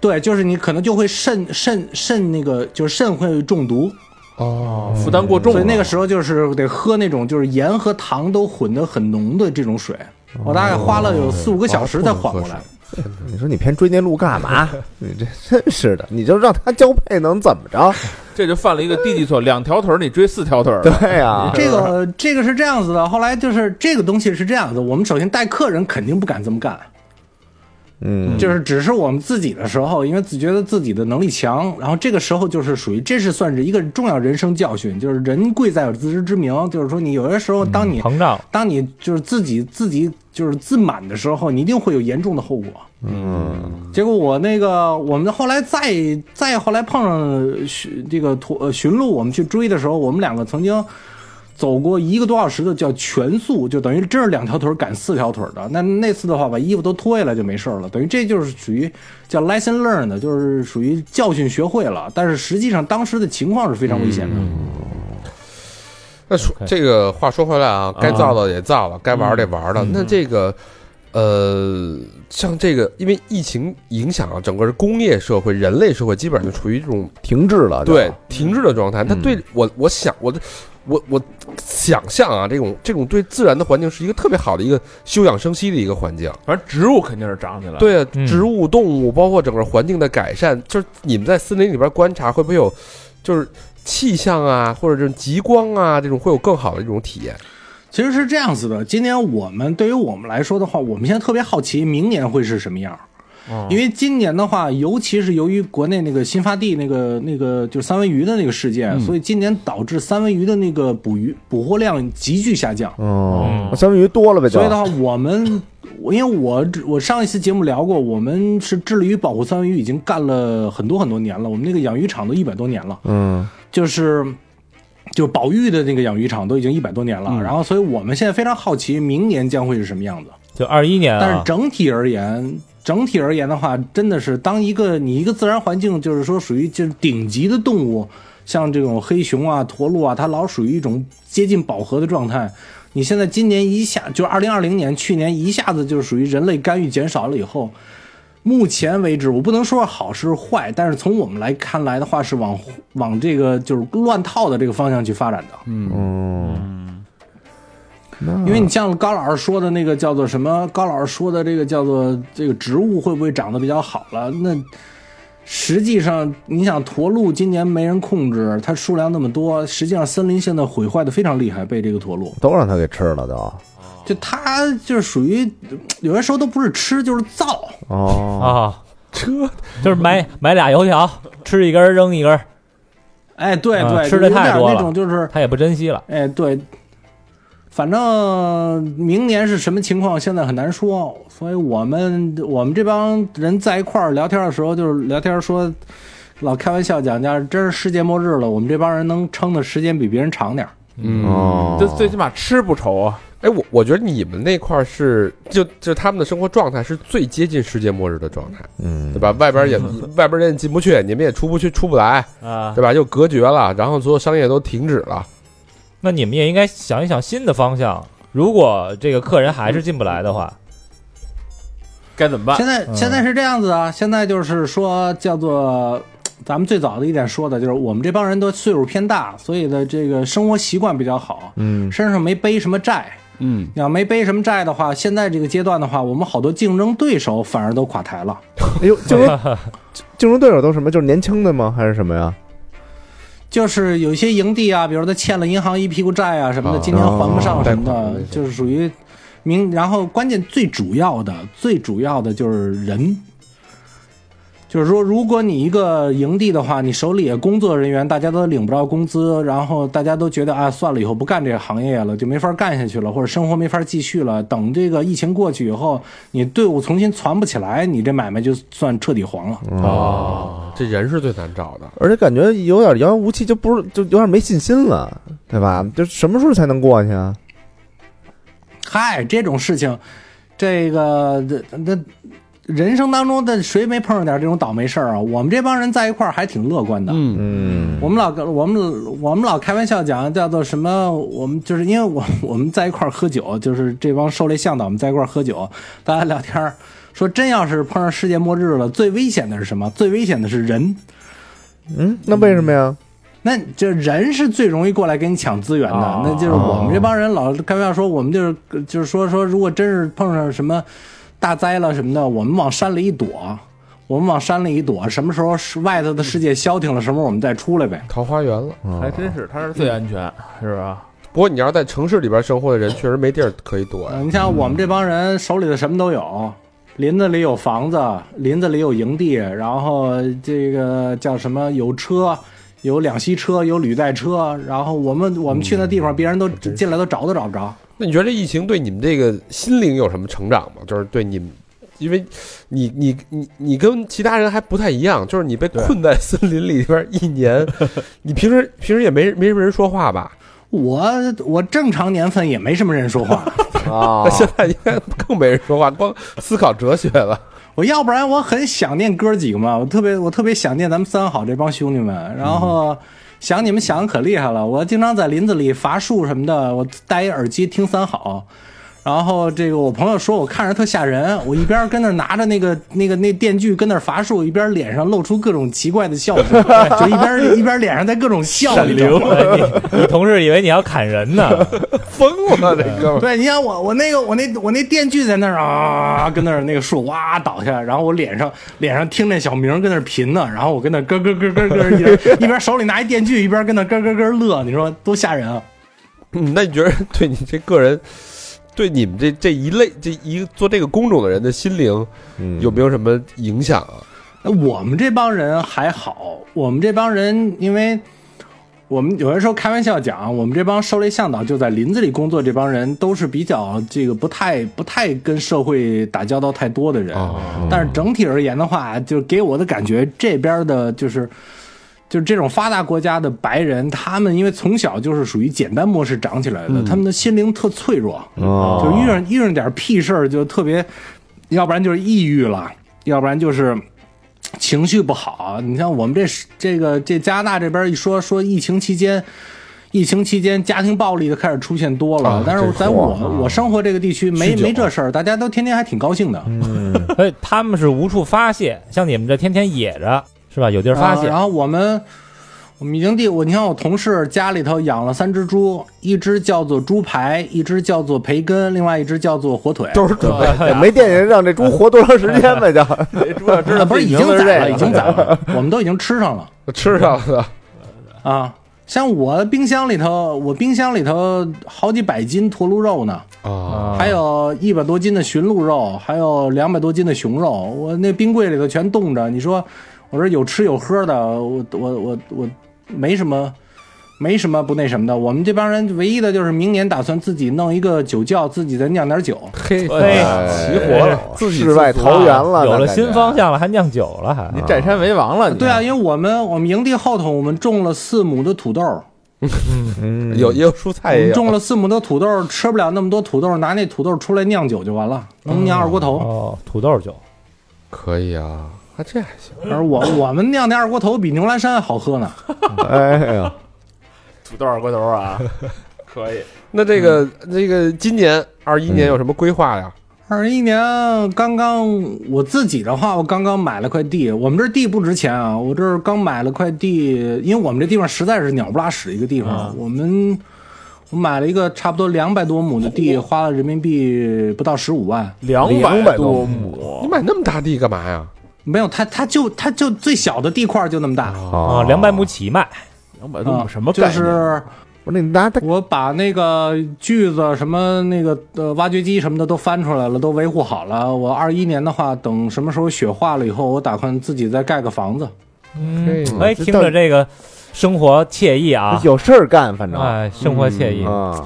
Speaker 6: 对，就是你可能就会肾肾肾那个就是肾会中毒，
Speaker 3: 哦，
Speaker 5: 负担过重
Speaker 6: 所以
Speaker 5: 了
Speaker 6: 那个时候就是得喝那种就是盐和糖都混得很浓的这种水。我大概花了有四五个小时才缓过来。
Speaker 4: 你说你偏追那鹿干嘛？你这真是的，你就让他交配能怎么着？
Speaker 5: 这就犯了一个低级 错，两条腿儿你追四条腿儿，啊
Speaker 4: 对呀，
Speaker 6: 这个这个是这样子的，后来就是这个东西是这样子，我们首先带客人肯定不敢这么干，
Speaker 4: 嗯，
Speaker 6: 就是只是我们自己的时候，因为自觉得自己的能力强，然后这个时候就是属于这是算是一个重要人生教训，就是人贵在有自知之明，就是说你有的时候当你、
Speaker 2: 膨胀，
Speaker 6: 当你就是自己自己就是自满的时候，你一定会有严重的后果。嗯，结果我那个我们后来再再后来碰上巡这个驼呃驯鹿，我们去追的时候，我们两个曾经走过一个多小时的叫全速，就等于真是两条腿赶四条腿的。那那次的话，把衣服都脱下来就没事儿了，等于这就是属于叫 lesson learned，就是属于教训学会了。但是实际上当时的情况是非常危险的。
Speaker 3: 那说
Speaker 2: OK
Speaker 3: 这个话说回来啊，该造的也造了，该玩的也玩了。那这个，呃，像这个，因为疫情影响啊，整个工业社会、人类社会基本上就处于这种
Speaker 4: 停滞了，就
Speaker 3: 对停滞的状态。它对我，我想我的。我我想象啊，这种这种对自然的环境是一个特别好的一个休养生息的一个环境。
Speaker 5: 反正植物肯定是长起来了。
Speaker 3: 对啊
Speaker 2: 嗯，
Speaker 3: 植物、动物，包括整个环境的改善，就是你们在森林里边观察，会不会有就是气象啊，或者这种极光啊，这种会有更好的这种体验？
Speaker 6: 其实是这样子的，今年我们对于我们来说的话，我们现在特别好奇明年会是什么样儿。
Speaker 5: 哦
Speaker 6: 因为今年的话，尤其是由于国内那个新发地那个那个就是三文鱼的那个事件，所以今年导致三文鱼的那个捕鱼捕获量急剧下降。
Speaker 4: 嗯，相当于多了呗，就
Speaker 6: 所以的话，我们我因为我我上一期节目聊过，我们是致力于保护三文鱼已经干了很多很多年了，我们那个养鱼场都一百多年了。
Speaker 4: 嗯，
Speaker 6: 就是就是保育的那个养鱼场都已经一百多年了，然后所以我们现在非常好奇明年将会是什么样子。
Speaker 2: 就二一年
Speaker 6: 但是
Speaker 2: 啊，
Speaker 6: 整体而言，整体而言的话，真的是当一个你一个自然环境，就是说属于就是顶级的动物，像这种黑熊啊、驼鹿啊，它老属于一种接近饱和的状态。你现在今年一下就二零二零年，去年一下子就属于人类干预减少了以后，目前为止，我不能说好是坏，但是从我们来看来的话，是往往这个就是乱套的这个方向去发展的。
Speaker 4: 嗯那
Speaker 6: 因为你像高老师说的那个叫做什么？高老师说的这个叫做这个植物会不会长得比较好了？那实际上，你想驼鹿今年没人控制，它数量那么多，实际上森林现在毁坏的非常厉害，被这个驼鹿，
Speaker 4: 都让他给吃了都，
Speaker 6: 就它就是属于有些时候都不是吃就是造，
Speaker 4: 哦，
Speaker 2: 啊，车 就是买 买俩油条，吃一根儿扔一根儿，
Speaker 6: 哎，对
Speaker 2: 啊
Speaker 6: 对，
Speaker 2: 吃的
Speaker 6: 有点
Speaker 2: 太多了
Speaker 6: 那种就是
Speaker 2: 他也不珍惜了。
Speaker 6: 哎，对，反正明年是什么情况，现在很难说。所以我们我们这帮人在一块儿聊天的时候，就是聊天说，老开玩笑讲讲，真是世界末日了，我们这帮人能撑的时间比别人长点儿。
Speaker 3: 嗯
Speaker 4: 哦
Speaker 5: 最最起码吃不愁啊。
Speaker 3: 哎，我我觉得你们那块儿是就就他们的生活状态是最接近世界末日的状态，
Speaker 4: 嗯
Speaker 3: 对吧？外边儿也外边儿人也进不去，你们也出不去，出不来，
Speaker 2: 啊
Speaker 3: 对，吧？又隔绝了，然后所有商业都停止了。
Speaker 2: 那你们也应该想一想新的方向。如果这个客人还是进不来的话，
Speaker 5: 该怎么办？
Speaker 6: 现在现在是这样子啊，现在就是说叫做。咱们最早的一点说的就是，我们这帮人都岁数偏大，所以呢，这个生活习惯比较好，
Speaker 4: 嗯
Speaker 6: 身上没背什么债，
Speaker 5: 嗯，
Speaker 6: 你要没背什么债的话，现在这个阶段的话，我们好多竞争对手反而都垮台了。
Speaker 4: 哎呦，竞争竞争对手都什么？就是年轻的吗？还是什么呀？
Speaker 6: 就是有一些营地啊，比如他欠了银行一屁股债啊什么的，
Speaker 3: 啊
Speaker 6: 今年还不上
Speaker 3: 贷
Speaker 6: 什么
Speaker 3: 款
Speaker 6: 的
Speaker 3: 那，些
Speaker 6: 就是属于明。然后关键最主要的、最主要的就是人，就是说，如果你一个营地的话，你手里也工作人员大家都领不着工资，然后大家都觉得啊，算了，以后不干这个行业了，就没法干下去了，或者生活没法继续了。等这个疫情过去以后，你队伍重新攒不起来，你这买卖就算彻底黄了。
Speaker 3: 哦，这人是最难找的。
Speaker 4: 而且感觉有点遥遥无期，就不是就有点没信心了，对吧？就什么时候才能过去啊？
Speaker 6: 嗨，这种事情，这个这那人生当中的谁没碰上点这种倒霉事儿啊？我们这帮人在一块儿还挺乐观的。
Speaker 5: 嗯，
Speaker 4: 嗯，
Speaker 6: 我们老我们我们老开玩笑讲叫做什么？我们就是因为我 我们在一块儿喝酒，就是这帮狩猎向导我们在一块儿喝酒，大家聊天儿说，真要是碰上世界末日了，最危险的是什么？最危险的是人。
Speaker 4: 嗯，那为什么呀？
Speaker 6: 那这人是最容易过来跟你抢资源的，
Speaker 5: 哦
Speaker 6: 那就是我们这帮人老开玩笑说，我们就是就是说说，如果真是碰上什么大灾了什么的，我们往山里一躲，我们往山里一躲，什么时候是外头的世界消停了，什么时候我们再出来呗。
Speaker 3: 桃花源了，
Speaker 5: 还真是，它是最安全，是吧？
Speaker 3: 不过你要在城市里边生活的人，确实没地儿可以躲呀。
Speaker 6: 嗯，你像我们这帮人手里的什么都有，林子里有房子，林子里有营地，然后这个叫什么有车，有两栖车，有履带车，然后我们我们去那地方，别人都进来都找都找不着。
Speaker 3: 那你觉得这疫情对你们这个心灵有什么成长吗？就是对你们，因为你你你你跟其他人还不太一样，就是 你被困在森林里边一年，你平时平时也没没什么人说话吧？
Speaker 6: 我我正常年份也没什么人说话，
Speaker 4: 啊
Speaker 3: 那，现在应该更没人说话，光思考哲学了。
Speaker 6: 我要不然我很想念哥几个嘛，我特别我特别想念咱们三好这帮兄弟们，然后想你们想的可厉害了，我经常在林子里伐树什么的，我戴一耳机听三好。然后这个我朋友说我看着特吓人，我一边跟那儿拿着那个那个那电锯跟那儿伐树，一边脸上露出各种奇怪的笑容，就一边一边脸上在各种笑，你知道吗？
Speaker 2: 哎你你同事以为你要砍人呢，
Speaker 3: 疯了，这哥们儿
Speaker 6: 对，你看我我那个我那我那电锯在那儿啊，跟那儿那个树哇倒下，然后我脸上脸上听那小明跟那儿贫呢，然后我跟那儿咯咯咯咯咯一边 一边手里拿一电锯，一边跟那儿咯咯咯乐，你说多吓人啊！
Speaker 3: 嗯那你觉得对你这个人，对你们这这一类这一做这个工种的人的心灵
Speaker 4: 嗯
Speaker 3: 有没有什么影响啊？
Speaker 6: 那我们这帮人还好，我们这帮人因为。我们有的时候开玩笑讲，我们这帮狩猎向导就在林子里工作，这帮人都是比较这个不太不太跟社会打交道太多的人。但是整体而言的话，就给我的感觉，这边的就是就是这种发达国家的白人，他们因为从小就是属于简单模式长起来的，他们的心灵特脆弱，
Speaker 4: 哦
Speaker 6: 就遇上遇上点屁事儿就特别，要不然就是抑郁了，要不然就是。情绪不好，你像我们这这个这加拿大这边一说说疫情期间，疫情期间家庭暴力就开始出现多了，但啊是在我我生活这个地区没没这事儿，大家都天天还挺高兴的。
Speaker 2: 所以哎他们是无处发泄，像你们这天天野着是吧？有地儿发
Speaker 6: 啊
Speaker 2: 泄
Speaker 6: 然，后我们我们已经地，我你看我同事家里头养了三只猪，一只叫做猪排，一只叫做培根，另外一只叫做火腿。
Speaker 4: 都是准备，没惦记让这猪活多长时间呗，就
Speaker 6: 知道不是已经
Speaker 4: 是
Speaker 6: 宰
Speaker 4: 这
Speaker 6: 了，已经宰 了，我们都已经吃上了
Speaker 3: 吃上了，
Speaker 6: 啊。像我冰箱里头，我冰箱里头好几百斤驼鹿肉呢，
Speaker 3: 啊，
Speaker 4: 嗯
Speaker 2: 啊
Speaker 6: 还有一百多斤的驯鹿肉，还有两百多斤的熊肉，我那冰柜里头全冻着。你说，我这有吃有喝的，我我我我没什么，没什么不那什么的。我们这帮人唯一的就是明年打算自己弄一个酒窖，自己再酿点酒。
Speaker 3: 嘿，
Speaker 2: 哎
Speaker 3: 齐活了，自己
Speaker 4: 世外
Speaker 3: 自足
Speaker 4: 桃源了，
Speaker 2: 啊有
Speaker 4: 那
Speaker 2: 了
Speaker 4: 感
Speaker 2: 新
Speaker 4: 觉
Speaker 2: 方向了，还酿酒了，还
Speaker 5: 你占山为王了，你
Speaker 6: 对啊，因为我们我们营地后头我们种了四亩的土豆，
Speaker 3: 有也有蔬
Speaker 6: 我
Speaker 3: 菜也
Speaker 6: 们
Speaker 4: 嗯
Speaker 3: 有，
Speaker 6: 种了四亩的土豆，吃不了那么多土豆，拿那土豆出来酿酒就完了，能酿二锅头。
Speaker 2: 哦，土豆酒，
Speaker 3: 可以啊，啊这还行，
Speaker 6: 而我我们酿的二锅头比牛栏山好喝呢。
Speaker 4: 哎呀，
Speaker 5: 土豆二锅头啊，可以。
Speaker 3: 那这个
Speaker 2: 嗯
Speaker 3: 这个今年二一年有什么规划呀？
Speaker 6: 二一年刚刚我自己的话，我刚刚买了块地，我们这地不值钱啊，我这儿刚买了块地，因为我们这地方实在是鸟不拉屎一个地方，
Speaker 5: 啊
Speaker 6: 我们我买了一个差不多两百多亩的地，花了人民币不到十五万，
Speaker 5: 两
Speaker 4: 200
Speaker 5: 多
Speaker 4: 多
Speaker 5: 亩，
Speaker 3: 你买那么大地干嘛呀？
Speaker 6: 没有，它它就它就最小的地块就那么大，
Speaker 4: 哦
Speaker 2: 啊，两百亩起卖，
Speaker 5: 两百多
Speaker 6: 啊
Speaker 5: 亩什么概
Speaker 6: 就
Speaker 5: 念？
Speaker 6: 是
Speaker 4: 不是你拿它
Speaker 6: 我把那个锯子、什么那个呃挖掘机什么的都翻出来了，都维护好了。我二一年的话，等什么时候雪化了以后，我打算自己再盖个房子。
Speaker 2: 嗯
Speaker 3: 可以，
Speaker 2: 哎，听着这个生活惬意啊，
Speaker 4: 有事儿干，反正
Speaker 2: 哎，生活惬意，
Speaker 4: 啊，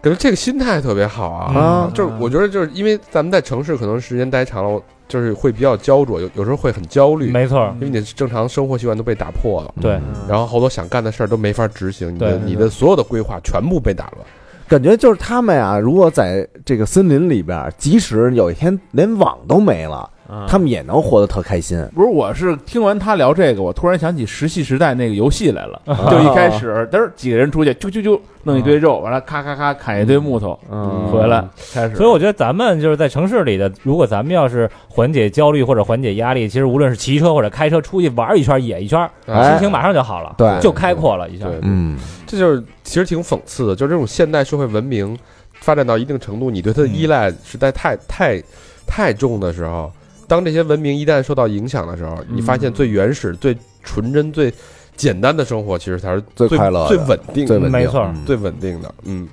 Speaker 3: 感觉这个心态特别好啊！
Speaker 2: 嗯
Speaker 4: 啊
Speaker 3: 就是我觉得，就是因为咱们在城市可能时间待长了，我就是会比较焦灼，有有时候会很焦虑，
Speaker 2: 没错儿，
Speaker 3: 因为你的正常生活习惯都被打破了，
Speaker 2: 对，
Speaker 3: 然后好多想干的事儿都没法执行，你的
Speaker 2: 对对
Speaker 3: 你的所有的规划全部被打乱。
Speaker 4: 感觉就是他们呀，如果在这个森林里边儿，即使有一天连网都没了，
Speaker 5: 嗯
Speaker 4: 他们也能活得特开心。
Speaker 5: 不是，我是听完他聊这个，我突然想起《石器时代》那个游戏来了。就一开始，嘚儿几个人出去，啾啾啾，弄一堆肉，完了咔咔咔砍一堆木头，
Speaker 4: 嗯
Speaker 5: 回来嗯开始。
Speaker 2: 所以我觉得咱们就是在城市里的，如果咱们要是缓解焦虑或者缓解压力，其实无论是骑车或者开车出去玩一圈、野一圈，心
Speaker 4: 哎
Speaker 2: 情马上就好了，
Speaker 4: 对
Speaker 2: 就开阔了一下。
Speaker 3: 对，
Speaker 4: 嗯，
Speaker 3: 这就是其实挺讽刺的，就是这种现代社会文明发展到一定程度，你对它的依赖实在太太太重的时候，当这些文明一旦受到影响的时候，
Speaker 4: 嗯
Speaker 3: 你发现最原始、最纯真、最简单的生活，其实才是
Speaker 4: 最
Speaker 3: 最
Speaker 4: 快乐的
Speaker 3: 最稳定、
Speaker 4: 最稳定，
Speaker 2: 没错
Speaker 4: 嗯
Speaker 3: 最稳定的。嗯，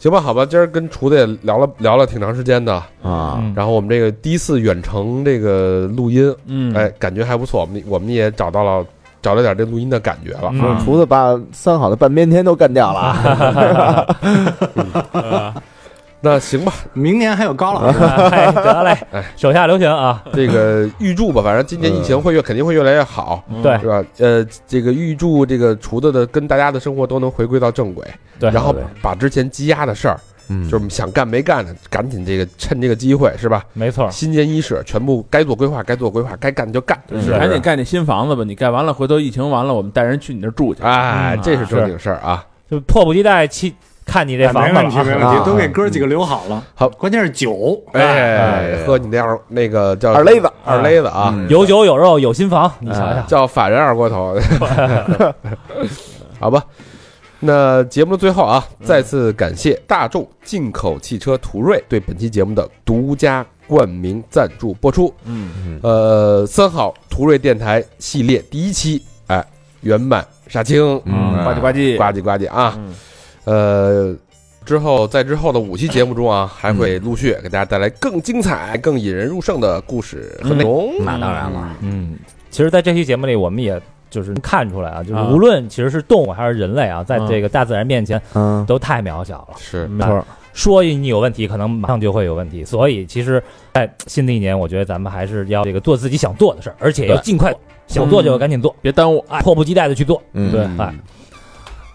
Speaker 3: 行吧，好吧，今儿跟厨子也聊了聊了挺长时间的，
Speaker 4: 啊，
Speaker 2: 嗯，
Speaker 3: 然后我们这个第一次远程这个录音，
Speaker 5: 嗯，
Speaker 3: 哎，，感觉还不错，我们我们也找到了找到点这录音的感觉了。
Speaker 2: 嗯
Speaker 4: 厨
Speaker 6: 呃
Speaker 4: 子把三好的半边天都干掉了，
Speaker 3: 那行吧，
Speaker 6: 明年还有高老 师，
Speaker 2: 哎得嘞，手下留情啊！
Speaker 3: 这个预祝吧，反正今年疫情会越肯定会越来越好，
Speaker 2: 对
Speaker 3: 是吧？呃，这个预祝这个厨子的跟大家的生活都能回归到正轨，
Speaker 2: 对，
Speaker 3: 然后把之前积压的事儿，
Speaker 4: 嗯
Speaker 3: 就是想干没干的，赶紧这个趁这个机会是吧？
Speaker 2: 没错，
Speaker 3: 新年伊始，全部该做规划，该做规划，该干就干，
Speaker 5: 是嗯赶紧盖那新房子吧，你盖完了，回头疫情完了，我们带人去你那儿住去。
Speaker 3: 哎，
Speaker 5: 嗯
Speaker 3: 这是正经事儿啊。
Speaker 2: 就迫不及待期看你这
Speaker 6: 哎
Speaker 2: 房
Speaker 6: 没
Speaker 2: 子了
Speaker 6: 问题，
Speaker 2: 啊。
Speaker 6: 没问
Speaker 4: 啊
Speaker 6: 题，都给哥几个留嗯好了。
Speaker 3: 好
Speaker 6: 关键是酒，
Speaker 3: 哎，喝你那二那个叫
Speaker 4: 二勒子，
Speaker 3: 二勒子
Speaker 1: 嗯
Speaker 3: 啊，
Speaker 2: 有酒有肉有新房，你想想，
Speaker 3: 呃叫法人二锅头， 好吧。那节目的最后啊，再次感谢大众进口汽车途锐对本期节目的独家冠名赞助播出。嗯，呃，三好途锐电台系列第一期，哎，圆满杀青，
Speaker 4: 嗯
Speaker 3: 哎
Speaker 5: 呱唧呱唧
Speaker 3: 呱唧呱唧啊，呃。之后，在之后的五期节目中啊，还会陆续给大家带来更精彩、更引人入胜的故事和内容。
Speaker 4: 那当然了，
Speaker 5: 嗯，
Speaker 2: 其实，在这期节目里，我们也就是看出来啊，就是
Speaker 5: 啊
Speaker 2: 无论其实是动物还是人类啊，在这个大自然面前
Speaker 4: 嗯，
Speaker 2: 都太渺小了。
Speaker 3: 是，
Speaker 5: 没错，
Speaker 2: 说你有问题，可能马上就会有问题。所以，其实，在新的一年，我觉得咱们还是要这个做自己想做的事儿，而且要
Speaker 5: 对
Speaker 2: 尽快做，想做就要赶紧做，
Speaker 5: 别耽误。
Speaker 2: 哎，迫不及待的去做。
Speaker 4: 嗯
Speaker 2: 对，哎，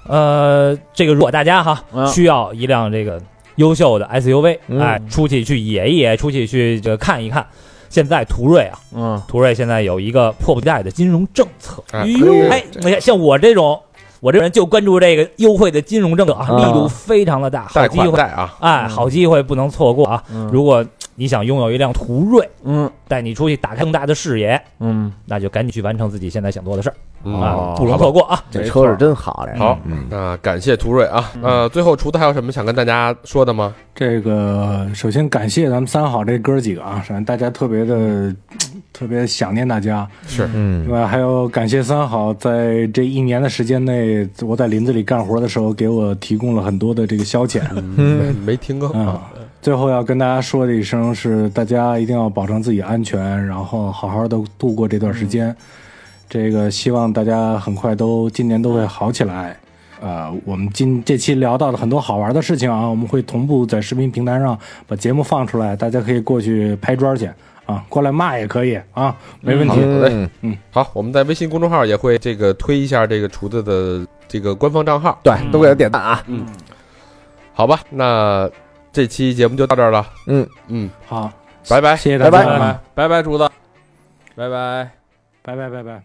Speaker 2: 呃，这个如果大家哈
Speaker 5: 嗯
Speaker 2: 需要一辆这个优秀的 SUV，
Speaker 4: 嗯
Speaker 2: 哎，出去去野一野，出去去这个看一看。现在途锐啊，
Speaker 5: 嗯，
Speaker 2: 途锐现在有一个迫不及待的金融政策。
Speaker 3: 哎
Speaker 2: 哎，哎像我这种，我这人就关注这个优惠的金融政策啊，
Speaker 4: 啊
Speaker 2: 力度非常的大，好
Speaker 3: 贷
Speaker 2: 机
Speaker 3: 款
Speaker 2: 会，
Speaker 3: 贷啊，
Speaker 2: 哎，好机会不能错过啊！
Speaker 5: 嗯
Speaker 2: 如果你想拥有一辆途锐，
Speaker 5: 嗯
Speaker 2: 带你出去打开更大的视野，
Speaker 5: 嗯，
Speaker 2: 那就赶紧去完成自己现在想做的事儿
Speaker 3: 嗯
Speaker 2: 啊，
Speaker 5: 哦
Speaker 2: 不容错过啊！
Speaker 4: 这车是真好，这
Speaker 3: 好
Speaker 4: 嗯，
Speaker 3: 那感谢途锐啊。呃，最后厨子还有什么想跟大家说的吗？
Speaker 6: 这个首先感谢咱们三好这哥几个啊，反正大家特别的特别想念大家，
Speaker 3: 是，
Speaker 5: 嗯
Speaker 6: 另外还有感谢三好在这一年的时间内，我在林子里干活的时候给我提供了很多的这个消遣。
Speaker 3: 没没听够
Speaker 6: 嗯
Speaker 3: 啊。，
Speaker 6: 最后要跟大家说的一声是，大家一定要保证自己安全，然后好好的度过这段时间。这个希望大家很快都今年都会好起来。呃，我们今这期聊到了很多好玩的事情啊，我们会同步在视频平台上把节目放出来，大家可以过去拍砖去啊，过来骂也可以啊，没问题。
Speaker 3: 好嘞，
Speaker 6: 嗯，
Speaker 3: 好，我们在微信公众号也会这个推一下这个厨子的这个官方账号，
Speaker 4: 对，都给他点赞啊，
Speaker 3: 好吧？那这期节目就到这儿了，
Speaker 4: 嗯
Speaker 3: 嗯，
Speaker 6: 好，
Speaker 3: 拜拜。
Speaker 6: 谢谢大家，
Speaker 4: 拜
Speaker 5: 拜拜拜，竹子，拜拜。
Speaker 6: 拜拜拜拜。